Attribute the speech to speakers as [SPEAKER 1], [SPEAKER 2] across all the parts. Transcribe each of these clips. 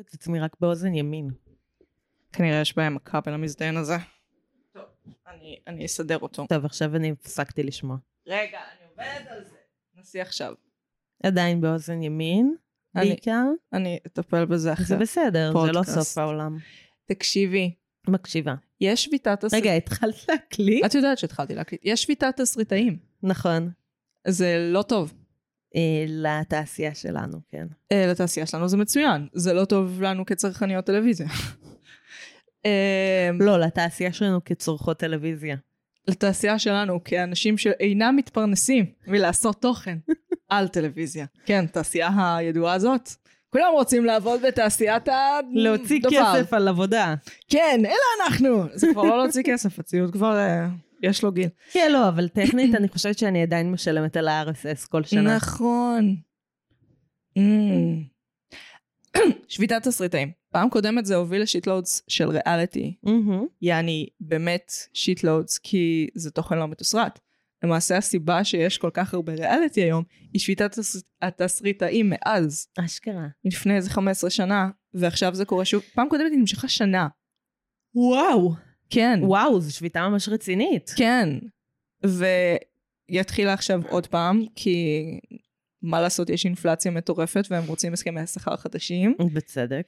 [SPEAKER 1] את עצמי רק באוזן ימין.
[SPEAKER 2] כנראה יש בעיה עם הכבל המזדיין הזה. טוב, אני, אני אסדר אותו.
[SPEAKER 1] טוב, עכשיו אני הפסקתי לשמוע.
[SPEAKER 2] רגע, אני עובדת על זה. נסי עכשיו.
[SPEAKER 1] עדיין באוזן ימין,
[SPEAKER 2] אני-
[SPEAKER 1] בעיקר.
[SPEAKER 2] אני אטפל בזה
[SPEAKER 1] זה
[SPEAKER 2] אחרי.
[SPEAKER 1] בסדר, זה לא
[SPEAKER 2] פודקאסט.
[SPEAKER 1] סוף העולם.
[SPEAKER 2] תקשיבי,
[SPEAKER 1] מקשיבה.
[SPEAKER 2] יש שביתת תסריטאים.
[SPEAKER 1] רגע, התחלת להקליט?
[SPEAKER 2] את יודעת שהתחלתי להקליט. יש שביתת תסריטאים.
[SPEAKER 1] נכון.
[SPEAKER 2] זה לא טוב.
[SPEAKER 1] אה, לתעשייה שלנו, כן.
[SPEAKER 2] אה, לתעשייה שלנו זה מצוין. זה לא טוב לנו כצרכניות טלוויזיה. אה,
[SPEAKER 1] לא, לתעשייה שלנו כצורכות טלוויזיה.
[SPEAKER 2] לתעשייה שלנו כאנשים שאינם מתפרנסים מלעשות תוכן על טלוויזיה. כן, תעשייה הידועה הזאת. כולם רוצים לעבוד בתעשיית הדבר.
[SPEAKER 1] להוציא כסף על עבודה.
[SPEAKER 2] כן, אלה אנחנו. זה כבר לא להוציא כסף, הציוד כבר, אה, יש לו גיל.
[SPEAKER 1] כן, לא, אבל טכנית אני חושבת שאני עדיין משלמת על ה-RSS כל שנה.
[SPEAKER 2] נכון. Mm. שביתת תסריטאים. פעם קודמת זה הוביל לשיטלודס של ריאליטי.
[SPEAKER 1] מהמם.
[SPEAKER 2] יעני באמת שיטלודס כי זה תוכן לא מתוסרט. למעשה הסיבה שיש כל כך הרבה ריאליטי היום היא שביתת התס- התסריטאים מאז,
[SPEAKER 1] אשכרה.
[SPEAKER 2] לפני איזה 15 שנה, ועכשיו זה קורה שוב. פעם קודמת היא נמשכה שנה. וואו.
[SPEAKER 1] Mm.
[SPEAKER 2] כן.
[SPEAKER 1] וואו, זו שביתה ממש רצינית.
[SPEAKER 2] כן. ויתחילה עכשיו עוד פעם, כי מה לעשות, יש אינפלציה מטורפת והם רוצים הסכמי שכר חדשים.
[SPEAKER 1] בצדק.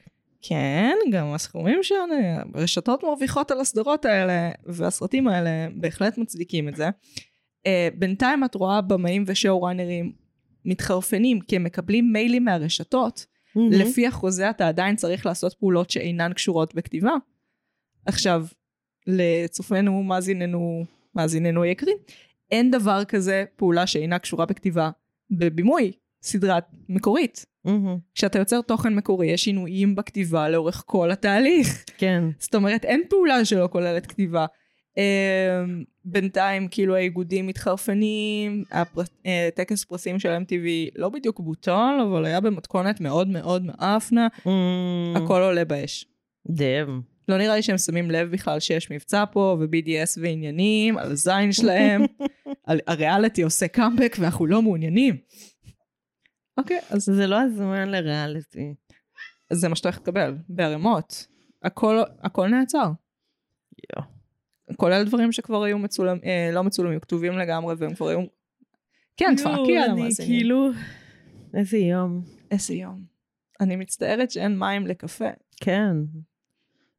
[SPEAKER 2] כן, גם הסכומים שונה, הרשתות מרוויחות על הסדרות האלה, והסרטים האלה בהחלט מצדיקים את זה. אה, בינתיים את רואה במאים ושואו-ראנרים מתחרפנים, כי הם מקבלים מיילים מהרשתות,
[SPEAKER 1] לפי...
[SPEAKER 2] לפי החוזה אתה עדיין צריך לעשות פעולות שאינן קשורות בכתיבה. עכשיו, לצופינו, מאזיננו, מאזיננו היקרים, אין דבר כזה פעולה שאינה קשורה בכתיבה בבימוי סדרה מקורית. כשאתה יוצר תוכן מקורי, יש שינויים בכתיבה לאורך כל התהליך.
[SPEAKER 1] כן.
[SPEAKER 2] זאת אומרת, אין פעולה שלא כוללת כתיבה. אמ, בינתיים, כאילו, האיגודים מתחרפנים, הפר- אה, טקס פרסים של MTV לא בדיוק בוטל, אבל היה במתכונת מאוד מאוד מאפנה,
[SPEAKER 1] Mm.
[SPEAKER 2] הכל עולה באש.
[SPEAKER 1] דאם.
[SPEAKER 2] לא נראה לי שהם שמים לב בכלל שיש מבצע פה, ו-BDS ועניינים, על הזין שלהם, על הריאליטי עושה קאמבק ואנחנו לא מעוניינים. אוקיי, אז
[SPEAKER 1] זה לא הזמן לריאליטי.
[SPEAKER 2] אז זה מה שאתה הולך לקבל, בערימות. הכל, הכל נעצר.
[SPEAKER 1] יואו.
[SPEAKER 2] כולל דברים שכבר היו מצולם, אה, לא מצולמים, כתובים לגמרי, והם כבר היו... כן, תפרקי על המאזינים. כאילו...
[SPEAKER 1] איזה יום.
[SPEAKER 2] איזה יום. אני מצטערת שאין מים לקפה.
[SPEAKER 1] כן.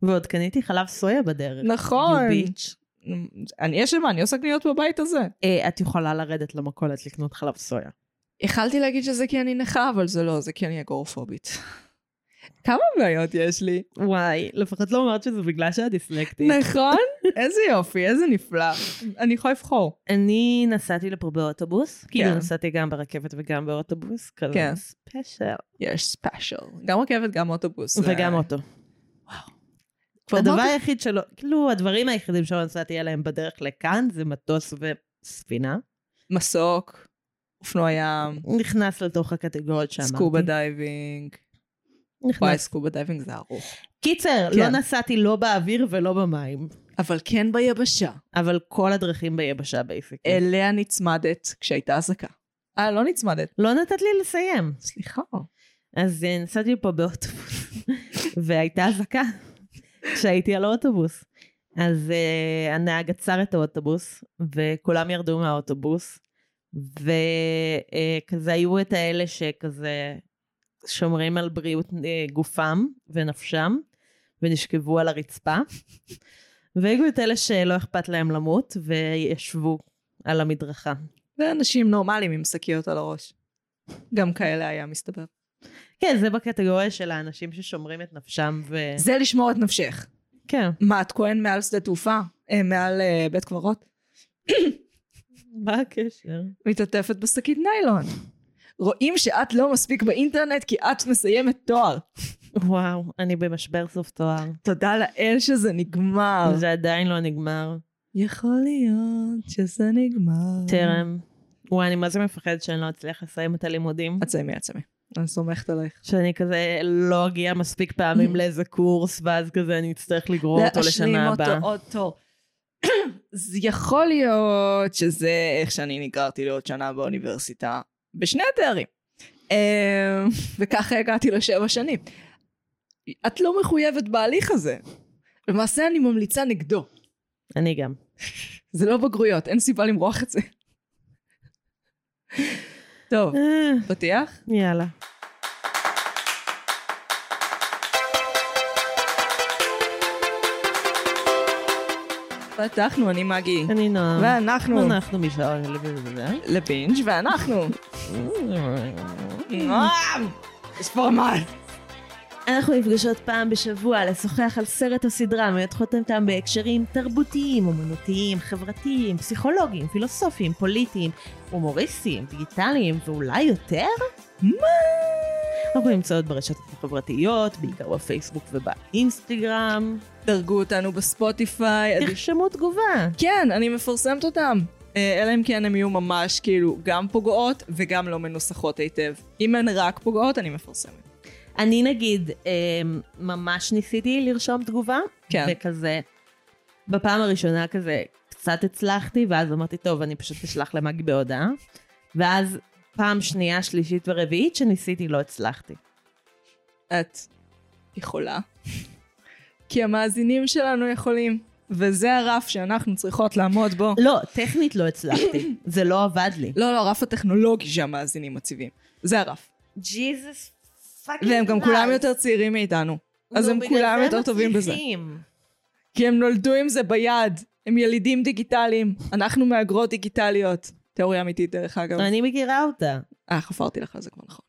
[SPEAKER 1] ועוד קניתי חלב סויה בדרך.
[SPEAKER 2] נכון.
[SPEAKER 1] You bitch.
[SPEAKER 2] אני, יש למה, אני עושה קניות בבית הזה.
[SPEAKER 1] אה, את יכולה לרדת למכולת לקנות חלב סויה.
[SPEAKER 2] יכלתי להגיד שזה כי אני נכה, אבל זה לא, זה כי אני אגורפובית. כמה בעיות יש לי.
[SPEAKER 1] וואי, לפחות לא אמרת שזה בגלל שאת דיסלקטית.
[SPEAKER 2] נכון? איזה יופי, איזה נפלא. אני יכולה לבחור.
[SPEAKER 1] אני נסעתי לפה באוטובוס, כאילו
[SPEAKER 2] כן.
[SPEAKER 1] נסעתי גם ברכבת וגם באוטובוס, כזה
[SPEAKER 2] כן.
[SPEAKER 1] ספיישל.
[SPEAKER 2] יש ספיישל. גם רכבת, גם אוטובוס.
[SPEAKER 1] וגם
[SPEAKER 2] אה,
[SPEAKER 1] אוטו.
[SPEAKER 2] כבר
[SPEAKER 1] הדבר
[SPEAKER 2] אמרתי-
[SPEAKER 1] היחיד שלא, כאילו הדברים היחידים שלא נסעתי עליהם בדרך לכאן זה מטוס וספינה.
[SPEAKER 2] מסוק, אופנוע ים,
[SPEAKER 1] נכנס לתוך הקטגוריות שאמרתי.
[SPEAKER 2] סקובה דייבינג. וואי,
[SPEAKER 1] נכנס.
[SPEAKER 2] סקובה דייבינג זה ארוך.
[SPEAKER 1] קיצר,
[SPEAKER 2] כן.
[SPEAKER 1] לא נסעתי לא באוויר ולא במים,
[SPEAKER 2] אבל כן ביבשה.
[SPEAKER 1] אבל כל הדרכים ביבשה בייסיקלי.
[SPEAKER 2] אליה נצמדת כשהייתה אזעקה. אה, לא נצמדת.
[SPEAKER 1] לא נתת לי לסיים.
[SPEAKER 2] סליחה.
[SPEAKER 1] אז אה, נסעתי לפה באוטובוס, והייתה אזעקה כשהייתי על האוטובוס. אז uh, הנהג עצר את האוטובוס, וכולם ירדו מהאוטובוס, וכזה היו את האלה שכזה שומרים על בריאות אה, גופם ונפשם, ונשכבו על הרצפה, והיו את אלה שלא אכפת להם למות, וישבו על המדרכה.
[SPEAKER 2] זה אנשים נורמליים עם שקיות על הראש. גם כאלה היה, מסתבר.
[SPEAKER 1] כן, זה בקטגוריה של האנשים ששומרים את נפשם, ו...
[SPEAKER 2] זה לשמור את נפשך.
[SPEAKER 1] כן.
[SPEAKER 2] מה, את כהן מעל שדה תעופה? אה, מעל אה, בית קברות?
[SPEAKER 1] מה הקשר?
[SPEAKER 2] כן. מתעטפת בשקית ניילון. רואים שאת לא מספיק באינטרנט כי את מסיימת תואר.
[SPEAKER 1] וואו, אני במשבר סוף תואר.
[SPEAKER 2] תודה לאל שזה נגמר.
[SPEAKER 1] זה עדיין לא נגמר.
[SPEAKER 2] אה. יכול להיות שזה נגמר.
[SPEAKER 1] טרם. וואי, אני מה זה מפחדת שאני לא אצליח לסיים את הלימודים.
[SPEAKER 2] עצמי, עצמי. אני סומכת עלייך.
[SPEAKER 1] שאני כזה לא אגיע מספיק פעמים לאיזה קורס, ואז כזה אני אצטרך לגרור אותו לשנה הבאה.
[SPEAKER 2] אה. להשלים אותו עוד תור. זה יכול להיות שזה איך שאני נגררתי לעוד שנה באוניברסיטה, אמ, בשני התארים. אה, וככה הגעתי לשבע שנים. את לא מחויבת בהליך הזה. למעשה אני ממליצה נגדו.
[SPEAKER 1] אני גם.
[SPEAKER 2] זה לא בגרויות, אין סיבה למרוח את זה. טוב,
[SPEAKER 1] אה,
[SPEAKER 2] פתיח?
[SPEAKER 1] יאללה.
[SPEAKER 2] פתחנו, אני מגי.
[SPEAKER 1] אני נועה.
[SPEAKER 2] ואנחנו
[SPEAKER 1] אנחנו משעון לבינג'.
[SPEAKER 2] לבינג' ואנחנו. נועם! יש פורמט.
[SPEAKER 1] אנחנו נפגשות פעם בשבוע לשוחח על סרט או סדרה, מנתחות אותם בהקשרים תרבותיים, אומנותיים, חברתיים, פסיכולוגיים, פילוסופיים, פוליטיים, הומוריסטיים, דיגיטליים, ואולי יותר? אנחנו נמצאות ברשתות החברתיות, בעיקר בפייסבוק ובאינסטגרם.
[SPEAKER 2] דרגו אותנו בספוטיפיי. עדיף-
[SPEAKER 1] תרשמו תגובה.
[SPEAKER 2] כן, אני מפרסמת אותם. אה, אלא אם כן הם יהיו ממש כאילו גם פוגעות וגם לא מנוסחות היטב. אם הן רק פוגעות, אני מפרסמת.
[SPEAKER 1] אני נגיד, אה, ממש ניסיתי לרשום תגובה,
[SPEAKER 2] כן.
[SPEAKER 1] וכזה, בפעם הראשונה כזה קצת הצלחתי, ואז אמרתי, טוב, אני פשוט אשלח למאגי בהודעה. ואז פעם שנייה, שלישית ורביעית שניסיתי, לא הצלחתי.
[SPEAKER 2] את יכולה. כי המאזינים שלנו יכולים. וזה הרף שאנחנו צריכות לעמוד בו.
[SPEAKER 1] לא, טכנית לא הצלחתי, זה לא עבד לי.
[SPEAKER 2] לא, לא, הרף הטכנולוגי שהמאזינים מציבים. זה הרף.
[SPEAKER 1] ג'יזוס פאקינג
[SPEAKER 2] והם גם כולם יותר צעירים מאיתנו. אז הם כולם יותר טובים בזה. כי הם נולדו עם זה ביד. הם ילידים דיגיטליים. אנחנו מהגרות דיגיטליות. תיאוריה אמיתית, דרך אגב.
[SPEAKER 1] אני מכירה אותה.
[SPEAKER 2] אה, חפרתי לך על זה כבר נכון.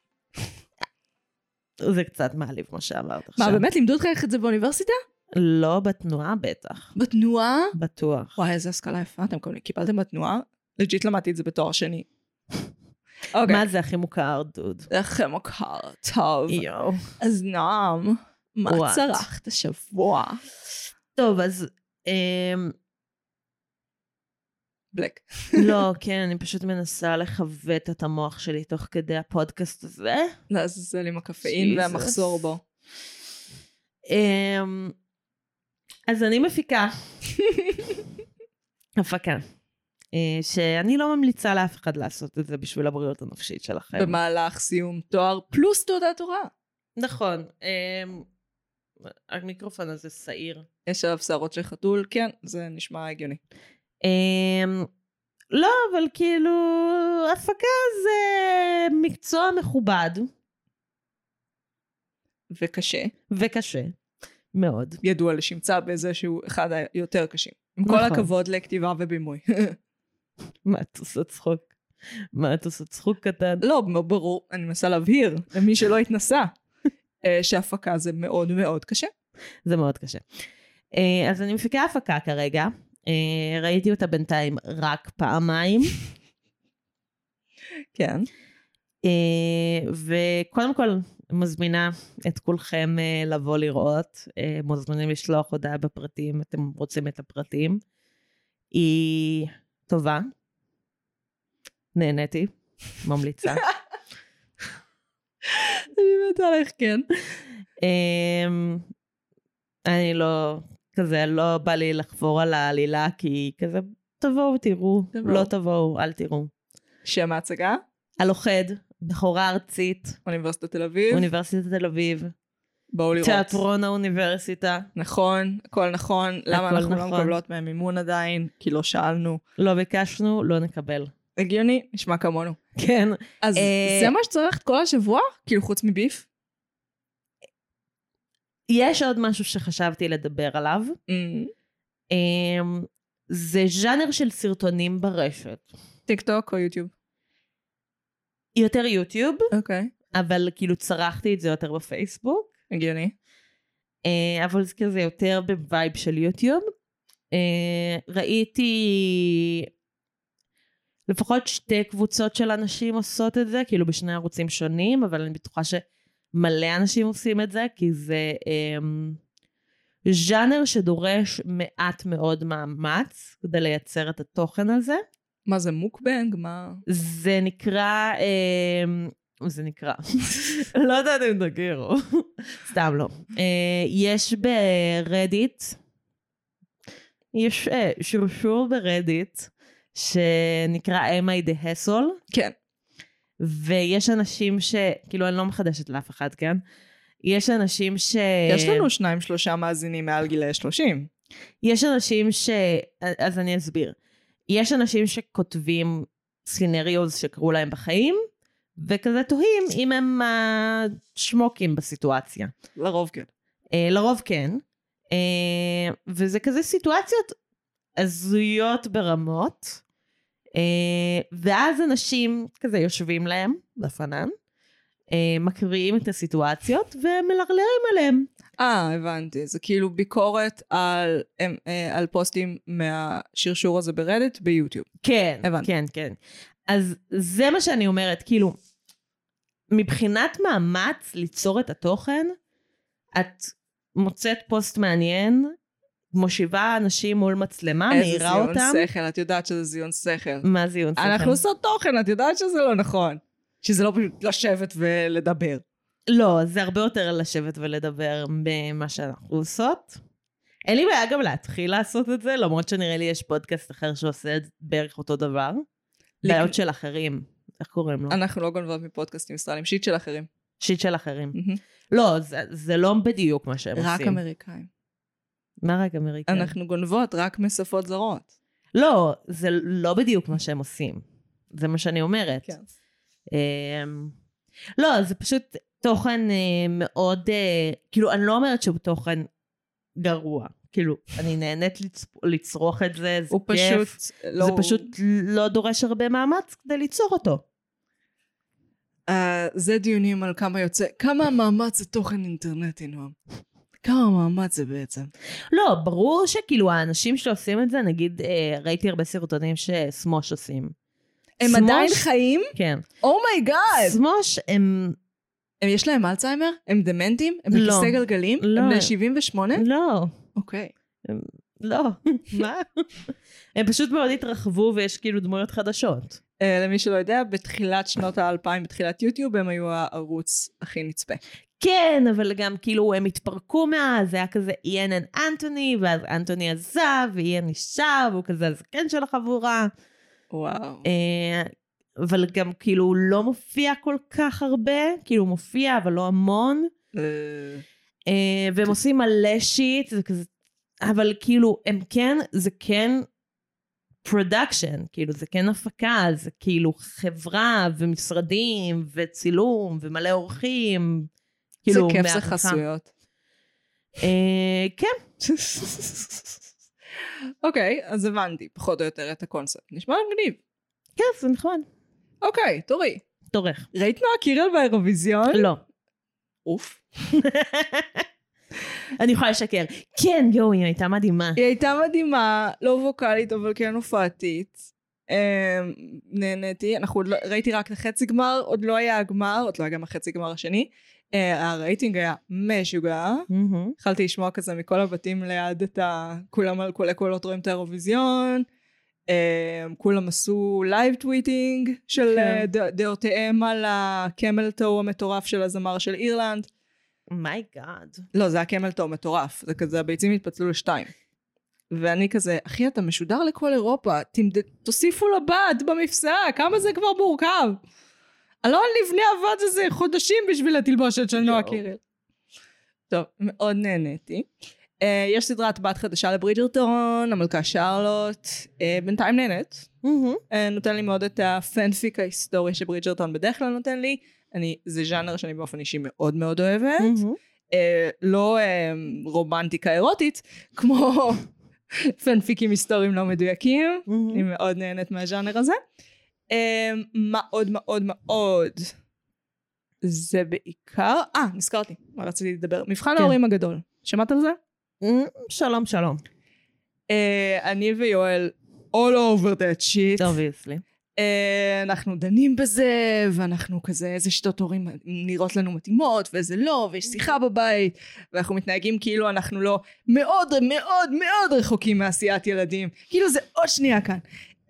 [SPEAKER 1] זה קצת מעליב מה שאמרת עכשיו.
[SPEAKER 2] מה, באמת לימדו אותך איך את זה באוניברסיטה?
[SPEAKER 1] לא בתנועה בטח,
[SPEAKER 2] בתנועה?
[SPEAKER 1] בטוח.
[SPEAKER 2] וואי, איזה השכלה יפה אתם קוראים. קיבלתם בתנועה? לג'יט למדתי את זה בתואר שני. אוקיי.
[SPEAKER 1] מה זה הכי מוכר, דוד?
[SPEAKER 2] איך הם מוכר? טוב.
[SPEAKER 1] יואו.
[SPEAKER 2] אז נועם, מה
[SPEAKER 1] וואט.
[SPEAKER 2] צרכת השבוע?
[SPEAKER 1] טוב, אז... אמ,
[SPEAKER 2] בלק.
[SPEAKER 1] לא, כן, אני פשוט מנסה לכבט את המוח שלי תוך כדי הפודקאסט הזה.
[SPEAKER 2] לעזאזל עם הקפאין
[SPEAKER 1] Jesus.
[SPEAKER 2] והמחסור בו.
[SPEAKER 1] אמ, אז אני מפיקה. הפקה. אה, שאני לא ממליצה לאף אחד לעשות את זה בשביל הבריאות הנפשית שלכם.
[SPEAKER 2] במהלך סיום תואר פלוס תעודת הוראה.
[SPEAKER 1] נכון. אמ, המיקרופון הזה שעיר.
[SPEAKER 2] יש עליו שערות של חתול, כן, זה נשמע הגיוני.
[SPEAKER 1] אמ, לא, אבל כאילו, הפקה זה מקצוע מכובד
[SPEAKER 2] וקשה.
[SPEAKER 1] וקשה מאוד.
[SPEAKER 2] ידוע לשמצה בזה שהוא אחד היותר קשים. עם כל
[SPEAKER 1] נכון.
[SPEAKER 2] הכבוד לכתיבה ובימוי.
[SPEAKER 1] מה את עושה צחוק? מה את עושה צחוק קטן?
[SPEAKER 2] לא, ברור, אני מנסה להבהיר למי שלא התנסה, אה, שהפקה זה מאוד מאוד קשה.
[SPEAKER 1] זה מאוד קשה. אה, אז אני מפיקה הפקה כרגע. אה, ראיתי אותה בינתיים רק פעמיים.
[SPEAKER 2] כן.
[SPEAKER 1] אה, וקודם כל, מזמינה את כולכם אה, לבוא לראות. אה, מוזמנים לשלוח הודעה בפרטים, אם אתם רוצים את הפרטים. היא טובה. נהניתי. ממליצה.
[SPEAKER 2] אני מתה עליך, כן.
[SPEAKER 1] אמ, אני לא, כזה, לא בא לי לחבור על העלילה, כי כזה, תבואו, תראו,
[SPEAKER 2] תבואו.
[SPEAKER 1] לא תבואו, אל תראו.
[SPEAKER 2] שם ההצגה,
[SPEAKER 1] הלוכד, בכורה ארצית,
[SPEAKER 2] אוניברסיטת תל אביב,
[SPEAKER 1] אוניברסיטת תל אביב,
[SPEAKER 2] בואו לראות.
[SPEAKER 1] תיאטרון האוניברסיטה,
[SPEAKER 2] נכון, הכל נכון. למה
[SPEAKER 1] הכל
[SPEAKER 2] אנחנו לא
[SPEAKER 1] נכון.
[SPEAKER 2] מקבלות מהם מימון עדיין? כי לא שאלנו.
[SPEAKER 1] לא ביקשנו, לא נקבל.
[SPEAKER 2] הגיוני, נשמע כמונו.
[SPEAKER 1] כן.
[SPEAKER 2] אז
[SPEAKER 1] אה,
[SPEAKER 2] זה מה שצריך כל השבוע? כאילו חוץ מביף?
[SPEAKER 1] יש עוד משהו שחשבתי לדבר עליו,
[SPEAKER 2] Mm.
[SPEAKER 1] אמ, זה ז'אנר של סרטונים ברשת.
[SPEAKER 2] טיק טוק או יוטיוב?
[SPEAKER 1] יותר יוטיוב,
[SPEAKER 2] אוקיי.
[SPEAKER 1] אבל כאילו צרכתי את זה יותר בפייסבוק.
[SPEAKER 2] הגיוני.
[SPEAKER 1] אה, אבל זה כזה יותר בווייב של יוטיוב. אה, ראיתי לפחות שתי קבוצות של אנשים עושות את זה, כאילו בשני ערוצים שונים, אבל אני בטוחה שמלא אנשים עושים את זה, כי זה אמ, ז'אנר שדורש מעט מאוד מאמץ כדי לייצר את התוכן הזה.
[SPEAKER 2] מה זה מוקבנג? מה?
[SPEAKER 1] זה נקרא, אמ, זה נקרא, לא יודעת אם תכירו, סתם לא. אה, יש ברדיט, יש אה, שרשור ברדיט שנקרא Am I the Hassle,
[SPEAKER 2] כן.
[SPEAKER 1] ויש אנשים ש... כאילו, אני לא מחדשת לאף אחד, כן? יש אנשים ש...
[SPEAKER 2] יש לנו שניים שלושה מאזינים מעל גילאי 30.
[SPEAKER 1] יש אנשים ש... אז אני אסביר. יש אנשים שכותבים סינריוז שקרו להם בחיים, וכזה תוהים אם הם השמוקים בסיטואציה.
[SPEAKER 2] לרוב כן.
[SPEAKER 1] אה, לרוב כן. אה, וזה כזה סיטואציות הזויות ברמות. אה, ואז אנשים כזה יושבים להם בפנן, אה, מקריאים את הסיטואציות ומלרלרים עליהם.
[SPEAKER 2] אה, הבנתי. זה כאילו ביקורת על, הם, אה, על פוסטים מהשרשור הזה ברדיט ביוטיוב.
[SPEAKER 1] כן,
[SPEAKER 2] הבנתי.
[SPEAKER 1] כן, כן. אז זה מה שאני אומרת, כאילו, מבחינת מאמץ ליצור את התוכן, את מוצאת פוסט מעניין, מושיבה אנשים מול מצלמה, מעירה
[SPEAKER 2] איזה
[SPEAKER 1] אותם.
[SPEAKER 2] זיון שכל, את יודעת שזה זיון שכל.
[SPEAKER 1] מה זה יונסקר?
[SPEAKER 2] אנחנו עושות תוכן, את יודעת שזה לא נכון. שזה לא פשוט לשבת ולדבר.
[SPEAKER 1] לא, זה הרבה יותר לשבת ולדבר במה שאנחנו עושות. אין לי בעיה גם להתחיל לעשות את זה, למרות שנראה לי יש פודקאסט אחר שעושה את בערך אותו דבר. בעיות של אחרים, איך קוראים לו?
[SPEAKER 2] אנחנו לא גונבות מפודקאסטים ישראלים, שיט של אחרים.
[SPEAKER 1] שיט של אחרים. לא, זה, זה לא בדיוק מה שהם
[SPEAKER 2] רק
[SPEAKER 1] עושים. כן.
[SPEAKER 2] אמריקאים.
[SPEAKER 1] מה רק אמריקאים?
[SPEAKER 2] אנחנו גונבות רק משפות זרות.
[SPEAKER 1] לא, זה לא בדיוק מה שהם עושים. זה מה שאני אומרת.
[SPEAKER 2] כן.
[SPEAKER 1] אמ, לא, זה פשוט תוכן אה, מאוד, אה, כאילו, אני לא אומרת שהוא תוכן גרוע. כאילו, אני נהנית לצפ- לצרוך את זה, זה
[SPEAKER 2] הוא
[SPEAKER 1] כיף.
[SPEAKER 2] פשוט לא...
[SPEAKER 1] זה פשוט לא דורש הרבה מאמץ כדי ליצור אותו.
[SPEAKER 2] אה, זה דיונים על כמה יוצא, כמה מאמץ זה תוכן אינטרנטי, נועם. כמה מאמץ זה בעצם.
[SPEAKER 1] לא, ברור שכאילו האנשים שעושים את זה, נגיד, אה, ראיתי הרבה סרטונים שסמוש עושים.
[SPEAKER 2] הם
[SPEAKER 1] סמוש?
[SPEAKER 2] עדיין חיים?
[SPEAKER 1] כן.
[SPEAKER 2] Oh אומייגאד!
[SPEAKER 1] סמוש הם...
[SPEAKER 2] הם יש להם אלצהיימר? הם דמנטים? הם
[SPEAKER 1] לא.
[SPEAKER 2] בכיסא גלגלים?
[SPEAKER 1] לא.
[SPEAKER 2] הם בני 78?
[SPEAKER 1] לא.
[SPEAKER 2] אוקיי.
[SPEAKER 1] לא. מה? הם פשוט מאוד התרחבו ויש כאילו דמויות חדשות.
[SPEAKER 2] אה, למי שלא יודע, בתחילת שנות האלפיים, בתחילת יוטיוב, הם היו הערוץ הכי נצפה.
[SPEAKER 1] כן, אבל גם כאילו הם התפרקו מאז, זה היה כזה איין אנד אנטוני, ואז אנטוני עזב, ואיין נשאר, והוא כזה הזקן של החבורה.
[SPEAKER 2] וואו.
[SPEAKER 1] אה, אבל גם כאילו הוא לא מופיע כל כך הרבה, כאילו הוא מופיע, אבל לא המון.
[SPEAKER 2] אה,
[SPEAKER 1] אה,
[SPEAKER 2] כן.
[SPEAKER 1] והם עושים מלא שיט, זה כזה... אבל כאילו, הם כן, זה כן פרודקשן, כאילו, זה כן הפקה, זה כאילו חברה ומשרדים וצילום ומלא אורחים.
[SPEAKER 2] זה
[SPEAKER 1] כאילו,
[SPEAKER 2] כיף, זה
[SPEAKER 1] מהערכה.
[SPEAKER 2] חסויות.
[SPEAKER 1] אה, כן,
[SPEAKER 2] אוקיי, אז הבנתי, פחות או יותר, את הקונספט. נשמע מגניב.
[SPEAKER 1] כן, זה נכון.
[SPEAKER 2] אוקיי, תורי.
[SPEAKER 1] תורך.
[SPEAKER 2] ראית נועה קירל באירוויזיון?
[SPEAKER 1] לא.
[SPEAKER 2] אוף.
[SPEAKER 1] אני יכולה לשקר. כן, יואו, היא הייתה מדהימה.
[SPEAKER 2] היא הייתה מדהימה, לא ווקאלית, אבל כן הופעתית. אמ, נהניתי, אנחנו עוד לא, ראיתי רק את החצי גמר, עוד לא היה הגמר, עוד לא היה גם החצי גמר השני. אה, הרייטינג היה משוגע.
[SPEAKER 1] מהמם.
[SPEAKER 2] התחלתי לשמוע כזה מכל הבתים ליד את ה... כולם על כולי קולות רואים את האירוויזיון. אמ, כולם עשו לייב טוויטינג של
[SPEAKER 1] כן.
[SPEAKER 2] אה, דע- דעותיהם על הקמל טו המטורף של הזמר של אירלנד.
[SPEAKER 1] מייגאד.
[SPEAKER 2] לא, זה הקמל טו מטורף, זה כזה, הביצים התפצלו לשתיים. ואני כזה, אחי, אתה משודר לכל אירופה, תמד... תוסיפו לבד במפסע, כמה זה כבר מורכב. אלון לבנה עבד על זה חודשים בשביל התלבושת של נועה
[SPEAKER 1] יואו.
[SPEAKER 2] קירל. טוב, מאוד נהניתי. Uh, יש סדרת בת חדשה לברידג'רטון, המלכה שרלוט, uh, בינתיים נהנית. אה, נותן לי מאוד את הפנפיק ההיסטורי שברידג'רטון בדרך כלל נותן לי. אני, זה ז'אנר שאני באופן אישי מאוד מאוד אוהבת. אה, לא אה, רומנטיקה אירוטית, כמו פנפיקים היסטוריים לא מדויקים.
[SPEAKER 1] Mm-hmm.
[SPEAKER 2] אני מאוד נהנית מהז'אנר הזה. אה, מה עוד מאוד מאוד? זה בעיקר... אה, נזכרתי מה רציתי לדבר. מבחן
[SPEAKER 1] כן.
[SPEAKER 2] ההורים הגדול. שמעת על זה?
[SPEAKER 1] Mm, שלום, שלום.
[SPEAKER 2] אה, אני ויואל all over that shit.
[SPEAKER 1] אובייסלי.
[SPEAKER 2] אה, אנחנו דנים בזה, ואנחנו כזה, איזה שיטות הורים נראות לנו מתאימות, ואיזה לא, ויש שיחה בבית, ואנחנו מתנהגים כאילו אנחנו לא מאוד מאוד מאוד רחוקים מעשיית ילדים. כאילו זה עוד שנייה כאן.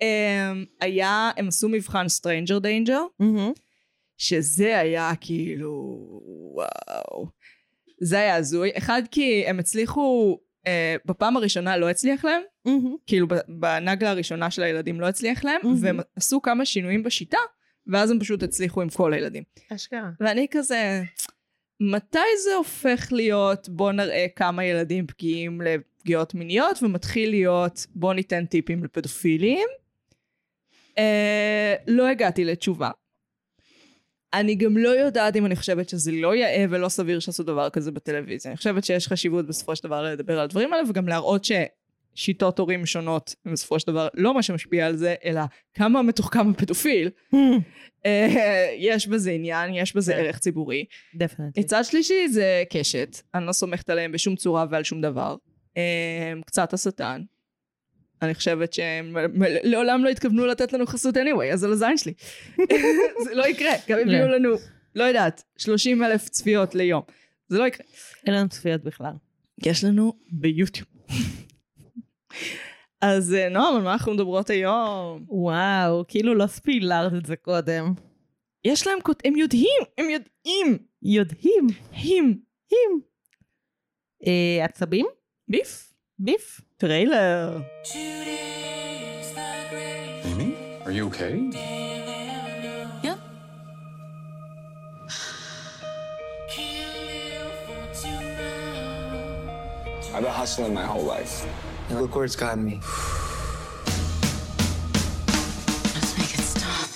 [SPEAKER 2] אה, היה, הם עשו מבחן Stranger Danger, שזה היה כאילו, וואו. זה היה הזוי. אחד, כי הם הצליחו, אה, בפעם הראשונה לא הצליח להם, כאילו ב- בנגלה הראשונה של הילדים לא הצליח להם,
[SPEAKER 1] מהמם.
[SPEAKER 2] והם עשו כמה שינויים בשיטה, ואז הם פשוט הצליחו עם כל הילדים.
[SPEAKER 1] אשכרה.
[SPEAKER 2] ואני כזה, מתי זה הופך להיות בוא נראה כמה ילדים פגיעים לפגיעות מיניות ומתחיל להיות בוא ניתן טיפים לפדופילים? אה, לא הגעתי לתשובה. אני גם לא יודעת אם אני חושבת שזה לא יאה ולא סביר שעשו דבר כזה בטלוויזיה. אני חושבת שיש חשיבות בסופו של דבר לדבר על הדברים האלה וגם להראות ששיטות הורים שונות הם בסופו של דבר לא מה שמשפיע על זה, אלא כמה מתוחכם הפדופיל. אה, יש בזה עניין, יש בזה
[SPEAKER 1] כן.
[SPEAKER 2] ערך ציבורי.
[SPEAKER 1] דפנטלי.
[SPEAKER 2] מצד שלישי זה קשת, אני לא סומכת עליהם בשום צורה ועל שום דבר. אה, הם קצת השטן. אני חושבת שהם מ- מ- לעולם לא התכוונו לתת לנו חסות anyway, אז על הזין שלי. זה לא יקרה, גם אם
[SPEAKER 1] לא.
[SPEAKER 2] יהיו לנו, לא יודעת, 30 אלף צפיות ליום. זה לא יקרה.
[SPEAKER 1] אין לנו צפיות בכלל.
[SPEAKER 2] יש לנו ביוטיוב. אז אה, נועם, על מה אנחנו מדברות היום?
[SPEAKER 1] וואו, כאילו לא ספילרת את זה קודם.
[SPEAKER 2] יש להם, כות- הם יודעים, הם יודעים,
[SPEAKER 1] יודעים.
[SPEAKER 2] הם, הם.
[SPEAKER 1] אה, עצבים?
[SPEAKER 2] ביף?
[SPEAKER 1] ביף?
[SPEAKER 2] טריילר.
[SPEAKER 3] Amy, are you okay?
[SPEAKER 4] Yep.
[SPEAKER 3] I've been hustling my whole life.
[SPEAKER 5] And look where it's gotten me.
[SPEAKER 4] Let's make it stop.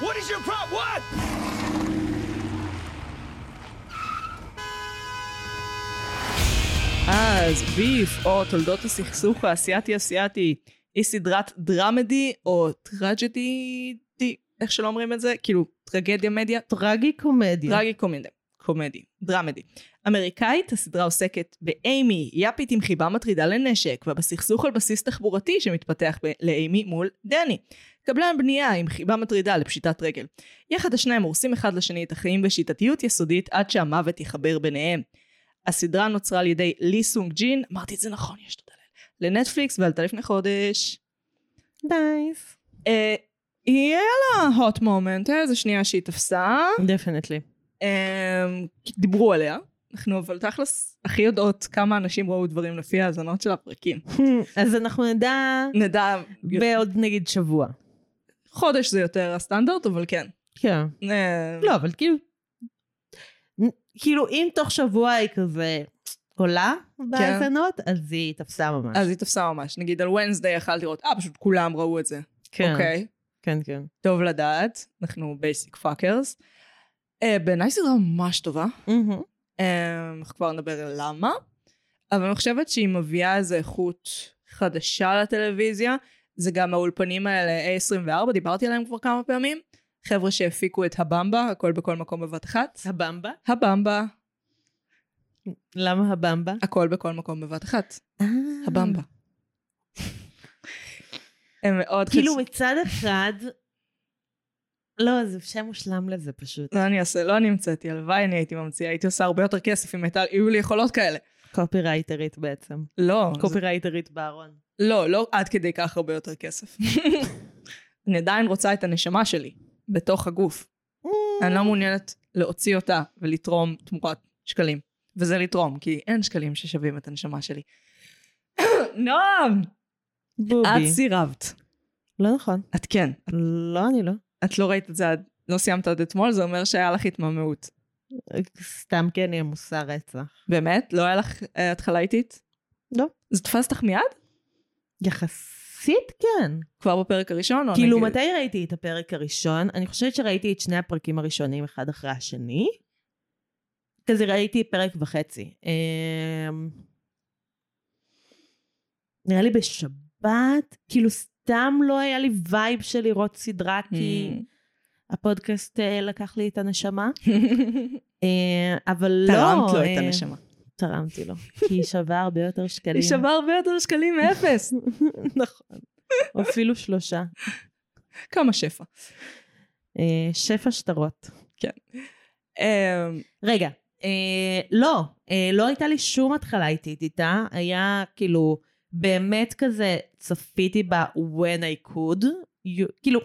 [SPEAKER 3] What is your problem? What?
[SPEAKER 2] אז ביף, או תולדות הסכסוך האסייתי-אסייתי, היא סדרת דרמדי, או טרג'די, די- איך שלא אומרים את זה, כאילו טרגדיה מדיה,
[SPEAKER 1] טרגי קומדיה.
[SPEAKER 2] טרגי קומדיה, קומדי, דרמדי. אמריקאית, הסדרה עוסקת באימי, יאפית עם חיבה מטרידה לנשק, ובסכסוך על בסיס תחבורתי שמתפתח ב- לאימי מול דני. קבלן בנייה עם חיבה מטרידה לפשיטת רגל. יחד השניים הורסים אחד לשני את החיים בשיטתיות יסודית עד שהמוות יחבר ביניהם. הסדרה נוצרה על ידי לי סונג ג'ין, אמרתי את זה נכון, יש תודה לאל, לנטפליקס ועלתה לפני חודש.
[SPEAKER 1] נייס.
[SPEAKER 2] אה, יהיה לה hot moment, אה, איזה שנייה שהיא תפסה.
[SPEAKER 1] דפנטלי.
[SPEAKER 2] אמ, דיברו עליה, אנחנו אבל תכלס הכי יודעות כמה אנשים ראו דברים לפי האזנות של הפרקים.
[SPEAKER 1] אז אנחנו נדע
[SPEAKER 2] נדע,
[SPEAKER 1] בעוד נגיד שבוע.
[SPEAKER 2] חודש זה יותר הסטנדרט, אבל כן.
[SPEAKER 1] כן.
[SPEAKER 2] אה,
[SPEAKER 1] לא, אבל כאילו... כאילו, אם תוך שבוע היא כזה עולה בהאזנות, כן. אז היא תפסה ממש.
[SPEAKER 2] אז היא תפסה ממש, נגיד על ונסדי יכל לראות, אה פשוט כולם ראו את זה,
[SPEAKER 1] כן,
[SPEAKER 2] אוקיי,
[SPEAKER 1] כן, כן.
[SPEAKER 2] טוב לדעת, אנחנו בייסיק פאקרס. בעיניי סדרה ממש טובה,
[SPEAKER 1] מהמם.
[SPEAKER 2] אמ, אנחנו כבר נדבר על למה, אבל אני חושבת שהיא מביאה איזו איכות חדשה לטלוויזיה, זה גם האולפנים האלה A24, דיברתי עליהם כבר כמה פעמים, חבר'ה שהפיקו את הבמבה, הכל בכל מקום בבת אחת.
[SPEAKER 1] הבמבה?
[SPEAKER 2] הבמבה,
[SPEAKER 1] למה הבמבה?
[SPEAKER 2] הכל בכל מקום בבת אחת,
[SPEAKER 1] אה.
[SPEAKER 2] הבמבה. הם מאוד
[SPEAKER 1] כאילו
[SPEAKER 2] חיצ-
[SPEAKER 1] מצד אחד... לא, זה שם מושלם לזה פשוט.
[SPEAKER 2] לא אני אעשה, לא אני המצאתי, הלוואי אני הייתי ממציאה, הייתי עושה הרבה יותר כסף אם הייתה- היו לי יכולות כאלה.
[SPEAKER 1] קופירייטרית בעצם.
[SPEAKER 2] לא, זה-
[SPEAKER 1] קופירייטרית בארון.
[SPEAKER 2] לא, לא עד כדי כך הרבה יותר כסף. אני עדיין רוצה את הנשמה שלי בתוך הגוף. אני לא מעוניינת להוציא אותה ולתרום תמורת שקלים. וזה לתרום, כי אין שקלים ששווים את הנשמה שלי. נועם! את
[SPEAKER 1] בובי.
[SPEAKER 2] סירבת.
[SPEAKER 1] לא נכון.
[SPEAKER 2] את כן.
[SPEAKER 1] לא, אני לא.
[SPEAKER 2] את לא ראית את זה עד... לא סיימת עד אתמול, זה אומר שהיה לך התמהמהות.
[SPEAKER 1] סתם כי אני עמוסה רצח.
[SPEAKER 2] באמת? לא היה לך אה, התחלה איטית?
[SPEAKER 1] לא.
[SPEAKER 2] זה תפס אותך מיד?
[SPEAKER 1] יחסית כן.
[SPEAKER 2] כבר בפרק הראשון? או
[SPEAKER 1] כאילו,
[SPEAKER 2] נגיד-
[SPEAKER 1] מתי ראיתי את הפרק הראשון? אני חושבת שראיתי את שני הפרקים הראשונים אחד אחרי השני. כזה ראיתי פרק וחצי. אמ, נראה לי בשבת, כאילו סתם לא היה לי וייב של לראות סדרה, כי
[SPEAKER 2] Hmm.
[SPEAKER 1] הפודקאסט אה, לקח לי את הנשמה. אה, אבל לא...
[SPEAKER 2] תרמת לו
[SPEAKER 1] אה,
[SPEAKER 2] את הנשמה.
[SPEAKER 1] תרמתי לו, כי היא שווה הרבה יותר שקלים.
[SPEAKER 2] היא שווה הרבה יותר שקלים מאפס.
[SPEAKER 1] נכון. או אפילו שלושה.
[SPEAKER 2] כמה שפע.
[SPEAKER 1] אה, שפע שטרות.
[SPEAKER 2] אמ,
[SPEAKER 1] רגע, אה, לא, אה, לא הייתה לי שום התחלה איטית איתה, היה כאילו, באמת כזה צפיתי בה when I could, you, כאילו,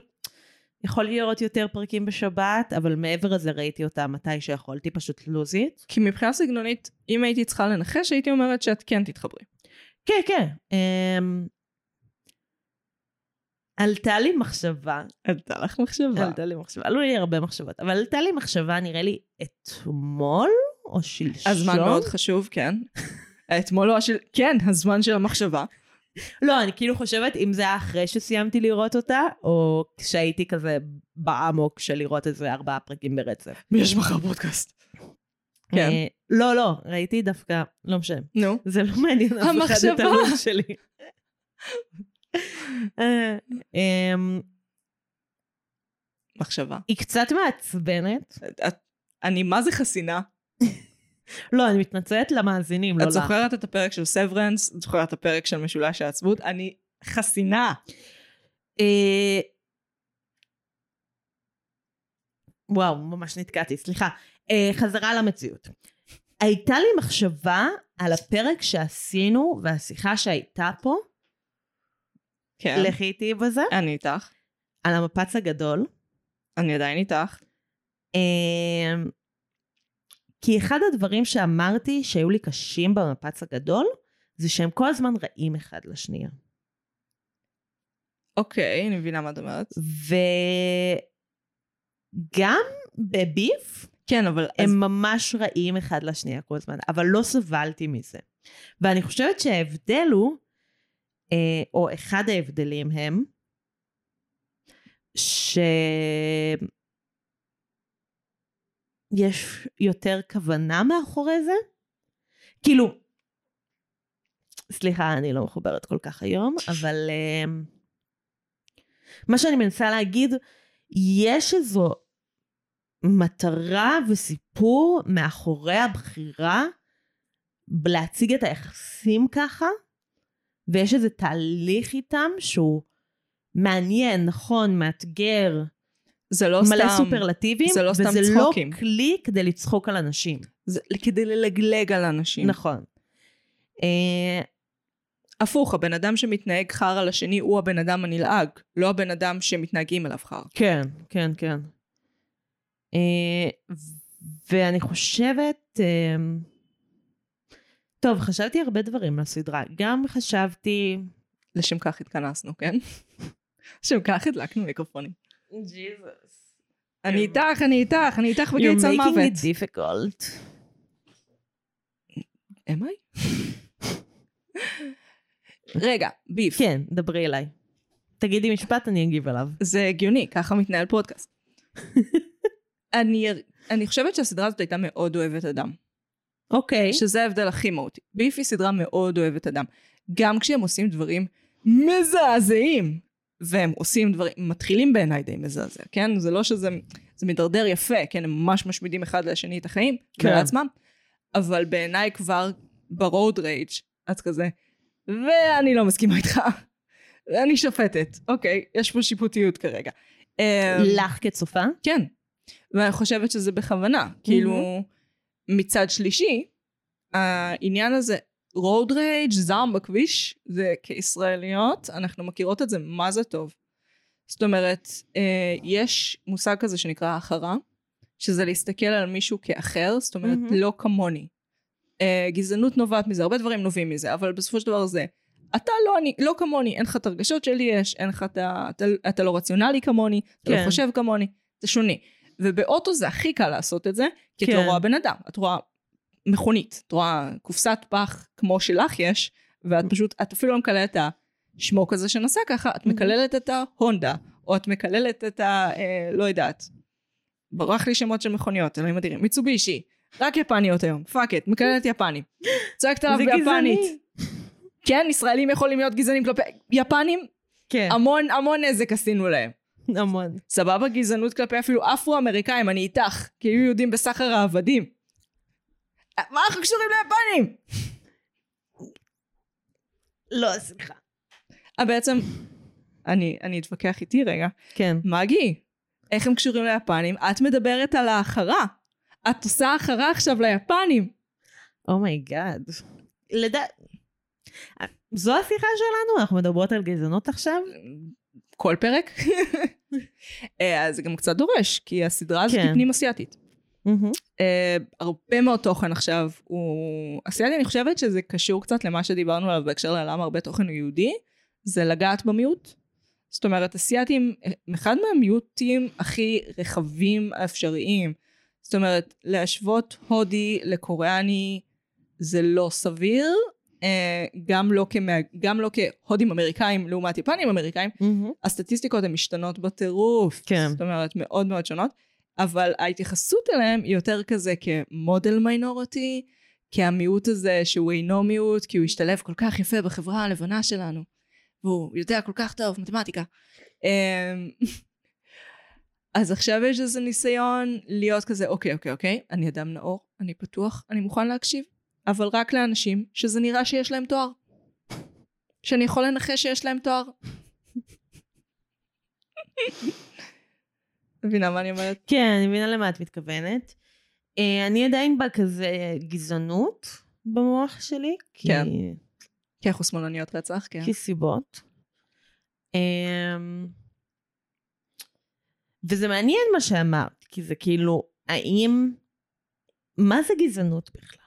[SPEAKER 1] יכול להיות יותר פרקים בשבת, אבל מעבר לזה ראיתי אותה מתי שיכולתי, פשוט לוזית.
[SPEAKER 2] כי מבחינה סגנונית, אם הייתי צריכה לנחש, הייתי אומרת שאת כן תתחברי.
[SPEAKER 1] כן, כן. אמ, עלתה לי מחשבה,
[SPEAKER 2] עלתה לך מחשבה.
[SPEAKER 1] עלתה לי מחשבה, עלו לי הרבה מחשבות, אבל עלתה לי מחשבה נראה לי אתמול או שלשום.
[SPEAKER 2] הזמן מאוד חשוב, כן. אתמול לא של... כן, הזמן של המחשבה.
[SPEAKER 1] לא, אני כאילו חושבת אם זה היה אחרי שסיימתי לראות אותה, או כשהייתי כזה באמוק של לראות איזה ארבעה פרקים ברצף.
[SPEAKER 2] מי יש מחר פודקאסט? כן.
[SPEAKER 1] אה, לא, לא, ראיתי דווקא, לא משנה.
[SPEAKER 2] נו.
[SPEAKER 1] זה לא מעניין אף אחד את
[SPEAKER 2] המחשבה.
[SPEAKER 1] הלו"ז שלי. אה, אמ,
[SPEAKER 2] מחשבה.
[SPEAKER 1] היא קצת מעצבנת.
[SPEAKER 2] את- אני מה זה חסינה?
[SPEAKER 1] לא, אני מתנצלת למאזינים, לא
[SPEAKER 2] את
[SPEAKER 1] לך.
[SPEAKER 2] זוכרת את הפרק של סברנס? את זוכרת את הפרק של משולש העצבות? אני חסינה.
[SPEAKER 1] אה, וואו, ממש נתקעתי, סליחה. אה, חזרה למציאות. הייתה לי מחשבה על הפרק שעשינו והשיחה שהייתה פה,
[SPEAKER 2] כן.
[SPEAKER 1] לכי איתי בזה,
[SPEAKER 2] אני איתך.
[SPEAKER 1] על המפץ הגדול.
[SPEAKER 2] אני עדיין איתך.
[SPEAKER 1] אמ, כי אחד הדברים שאמרתי שהיו לי קשים במפץ הגדול, זה שהם כל הזמן רעים אחד לשנייה.
[SPEAKER 2] אוקיי, אני מבינה מה את אומרת.
[SPEAKER 1] וגם בביף,
[SPEAKER 2] כן, אבל... אז-
[SPEAKER 1] הם ממש רעים אחד לשנייה כל הזמן, אבל לא סבלתי מזה. ואני חושבת שההבדל הוא, אה, או אחד ההבדלים הם, שיש יותר כוונה מאחורי זה. כאילו, סליחה, אני לא מחוברת כל כך היום, אבל אה, מה שאני מנסה להגיד, יש איזו מטרה וסיפור מאחורי הבחירה להציג את היחסים ככה, ויש איזה תהליך איתם שהוא מעניין, נכון, מאתגר,
[SPEAKER 2] זה לא
[SPEAKER 1] מלא
[SPEAKER 2] סתם...
[SPEAKER 1] סופרלטיבים,
[SPEAKER 2] זה לא סתם
[SPEAKER 1] וזה
[SPEAKER 2] צחוקים.
[SPEAKER 1] לא כלי כדי לצחוק על אנשים.
[SPEAKER 2] זה כדי ללגלג על אנשים.
[SPEAKER 1] נכון. אה,
[SPEAKER 2] הפוך, הבן אדם שמתנהג חרא לשני הוא הבן אדם הנלעג, לא הבן אדם שמתנהגים אליו חרא.
[SPEAKER 1] כן, כן, כן. אה, ו- ואני חושבת... אה, טוב, חשבתי הרבה דברים לסדרה. גם חשבתי...
[SPEAKER 2] לשם כך התכנסנו, כן? לשם כך הדלקנו מיקרופונים.
[SPEAKER 1] ג'יזוס.
[SPEAKER 2] אני איתך, אני איתך, אני איתך בקיץ על
[SPEAKER 1] כן. You're making
[SPEAKER 2] מוות.
[SPEAKER 1] it difficult.
[SPEAKER 2] am I? רגע, ביף.
[SPEAKER 1] כן, דברי אליי. תגידי משפט, אני אגיב עליו.
[SPEAKER 2] זה הגיוני, ככה מתנהל פודקאסט. אני, אני חושבת שהסדרה הזאת הייתה מאוד אוהבת אדם.
[SPEAKER 1] אוקיי.
[SPEAKER 2] שזה ההבדל הכי מהותי. ביף היא סדרה מאוד אוהבת אדם. גם כשהם עושים דברים מזעזעים, והם עושים דברים, מתחילים בעיניי די מזעזע, כן? זה לא שזה, זה מידרדר יפה, כן? הם ממש משמידים אחד לשני את החיים,
[SPEAKER 1] כן.
[SPEAKER 2] כן. ולעצמם, אבל בעיניי כבר ברוד רייג' את כזה, ואני לא מסכימה איתך, ואני שופטת, אוקיי, יש פה שיפוטיות כרגע. אמ,
[SPEAKER 1] לך כצופה?
[SPEAKER 2] כן. ואני חושבת שזה בכוונה. כאילו, מצד שלישי, העניין הזה, road rage, זעם בכביש, זה כישראליות, אנחנו מכירות את זה, מה זה טוב. זאת אומרת, אה, יש מושג כזה שנקרא החרה, שזה להסתכל על מישהו כאחר, זאת אומרת,
[SPEAKER 1] מהמם.
[SPEAKER 2] לא כמוני. אה, גזענות נובעת מזה, הרבה דברים נובעים מזה, אבל בסופו של דבר זה, אתה לא, אני, לא כמוני, אין לך את הרגשות שלי יש, אין לך את ה... אתה, אתה לא רציונלי כמוני, אתה
[SPEAKER 1] כן.
[SPEAKER 2] לא חושב כמוני, זה שוני. ובאוטו זה הכי קל לעשות את זה, כי את
[SPEAKER 1] כן.
[SPEAKER 2] לא רואה בן אדם, את רואה מכונית, את רואה קופסת פח כמו שלך יש, ואת פשוט, את אפילו לא מקללת את השמוק הזה שנסע ככה, את מקללת את ההונדה, או את מקללת את ה... אה, לא יודעת. ברח לי שמות של מכוניות, אלוהים אדירים. מיצובישי, רק יפניות היום, פאק את, מקללת יפני. צועקת עליו
[SPEAKER 1] זה
[SPEAKER 2] ביפנית.
[SPEAKER 1] גזעני.
[SPEAKER 2] כן, ישראלים יכולים להיות גזענים כלפי... יפנים,
[SPEAKER 1] כן.
[SPEAKER 2] המון המון נזק עשינו להם.
[SPEAKER 1] המון.
[SPEAKER 2] סבבה, גזענות כלפי אפילו אפרו-אמריקאים, אני איתך, כי היו יהודים בסחר העבדים. אה, מה אנחנו קשורים ליפנים?
[SPEAKER 1] לא, סליחה.
[SPEAKER 2] אה, בעצם, אני, אני אתווכח איתי רגע.
[SPEAKER 1] כן.
[SPEAKER 2] מגי, איך הם קשורים ליפנים? את מדברת על ההחרה. את עושה החרה עכשיו ליפנים.
[SPEAKER 1] Oh אומייגאד. לדע... אה, זו השיחה שלנו? אנחנו מדברות על גזענות עכשיו?
[SPEAKER 2] כל פרק? אה, אז זה גם קצת דורש, כי הסדרה הזאת
[SPEAKER 1] כן.
[SPEAKER 2] היא פנים אסיאתית.
[SPEAKER 1] מהמם.
[SPEAKER 2] אה, הרבה מאוד תוכן עכשיו הוא אסיאתי, אני חושבת שזה קשור קצת למה שדיברנו עליו בהקשר ללמה הרבה תוכן הוא יהודי, זה לגעת במיעוט. זאת אומרת, אסיאתים, הם אחד מהמיעוטים הכי רחבים האפשריים. זאת אומרת, להשוות הודי לקוריאני זה לא סביר, אה, גם לא, כמה, גם לא כהודים אמריקאים לעומת יפנים אמריקאים,
[SPEAKER 1] מהמם.
[SPEAKER 2] הסטטיסטיקות הן משתנות בטירוף.
[SPEAKER 1] כן.
[SPEAKER 2] זאת אומרת, מאוד מאוד שונות, אבל ההתייחסות אליהם היא יותר כזה כמודל מיינורטי, כהמיעוט הזה שהוא אינו מיעוט, כי הוא השתלב כל כך יפה בחברה הלבנה שלנו, והוא יודע כל כך טוב מתמטיקה. אמ, אז עכשיו יש איזה ניסיון להיות כזה, אוקיי, אוקיי, אוקיי, אני אדם נאור, אני פתוח, אני מוכן להקשיב, אבל רק לאנשים שזה נראה שיש להם תואר. שאני יכול לנחש שיש להם תואר. מבינה מה אני אומרת?
[SPEAKER 1] כן, אני מבינה למה את מתכוונת. אה, אני עדיין בכזה גזענות במוח שלי, כי...
[SPEAKER 2] כן. כי אנחנו שמאלניות רצח, כן.
[SPEAKER 1] כי סיבות. אמ, וזה מעניין מה שאמרת, כי זה כאילו, האם... מה זה גזענות בכלל?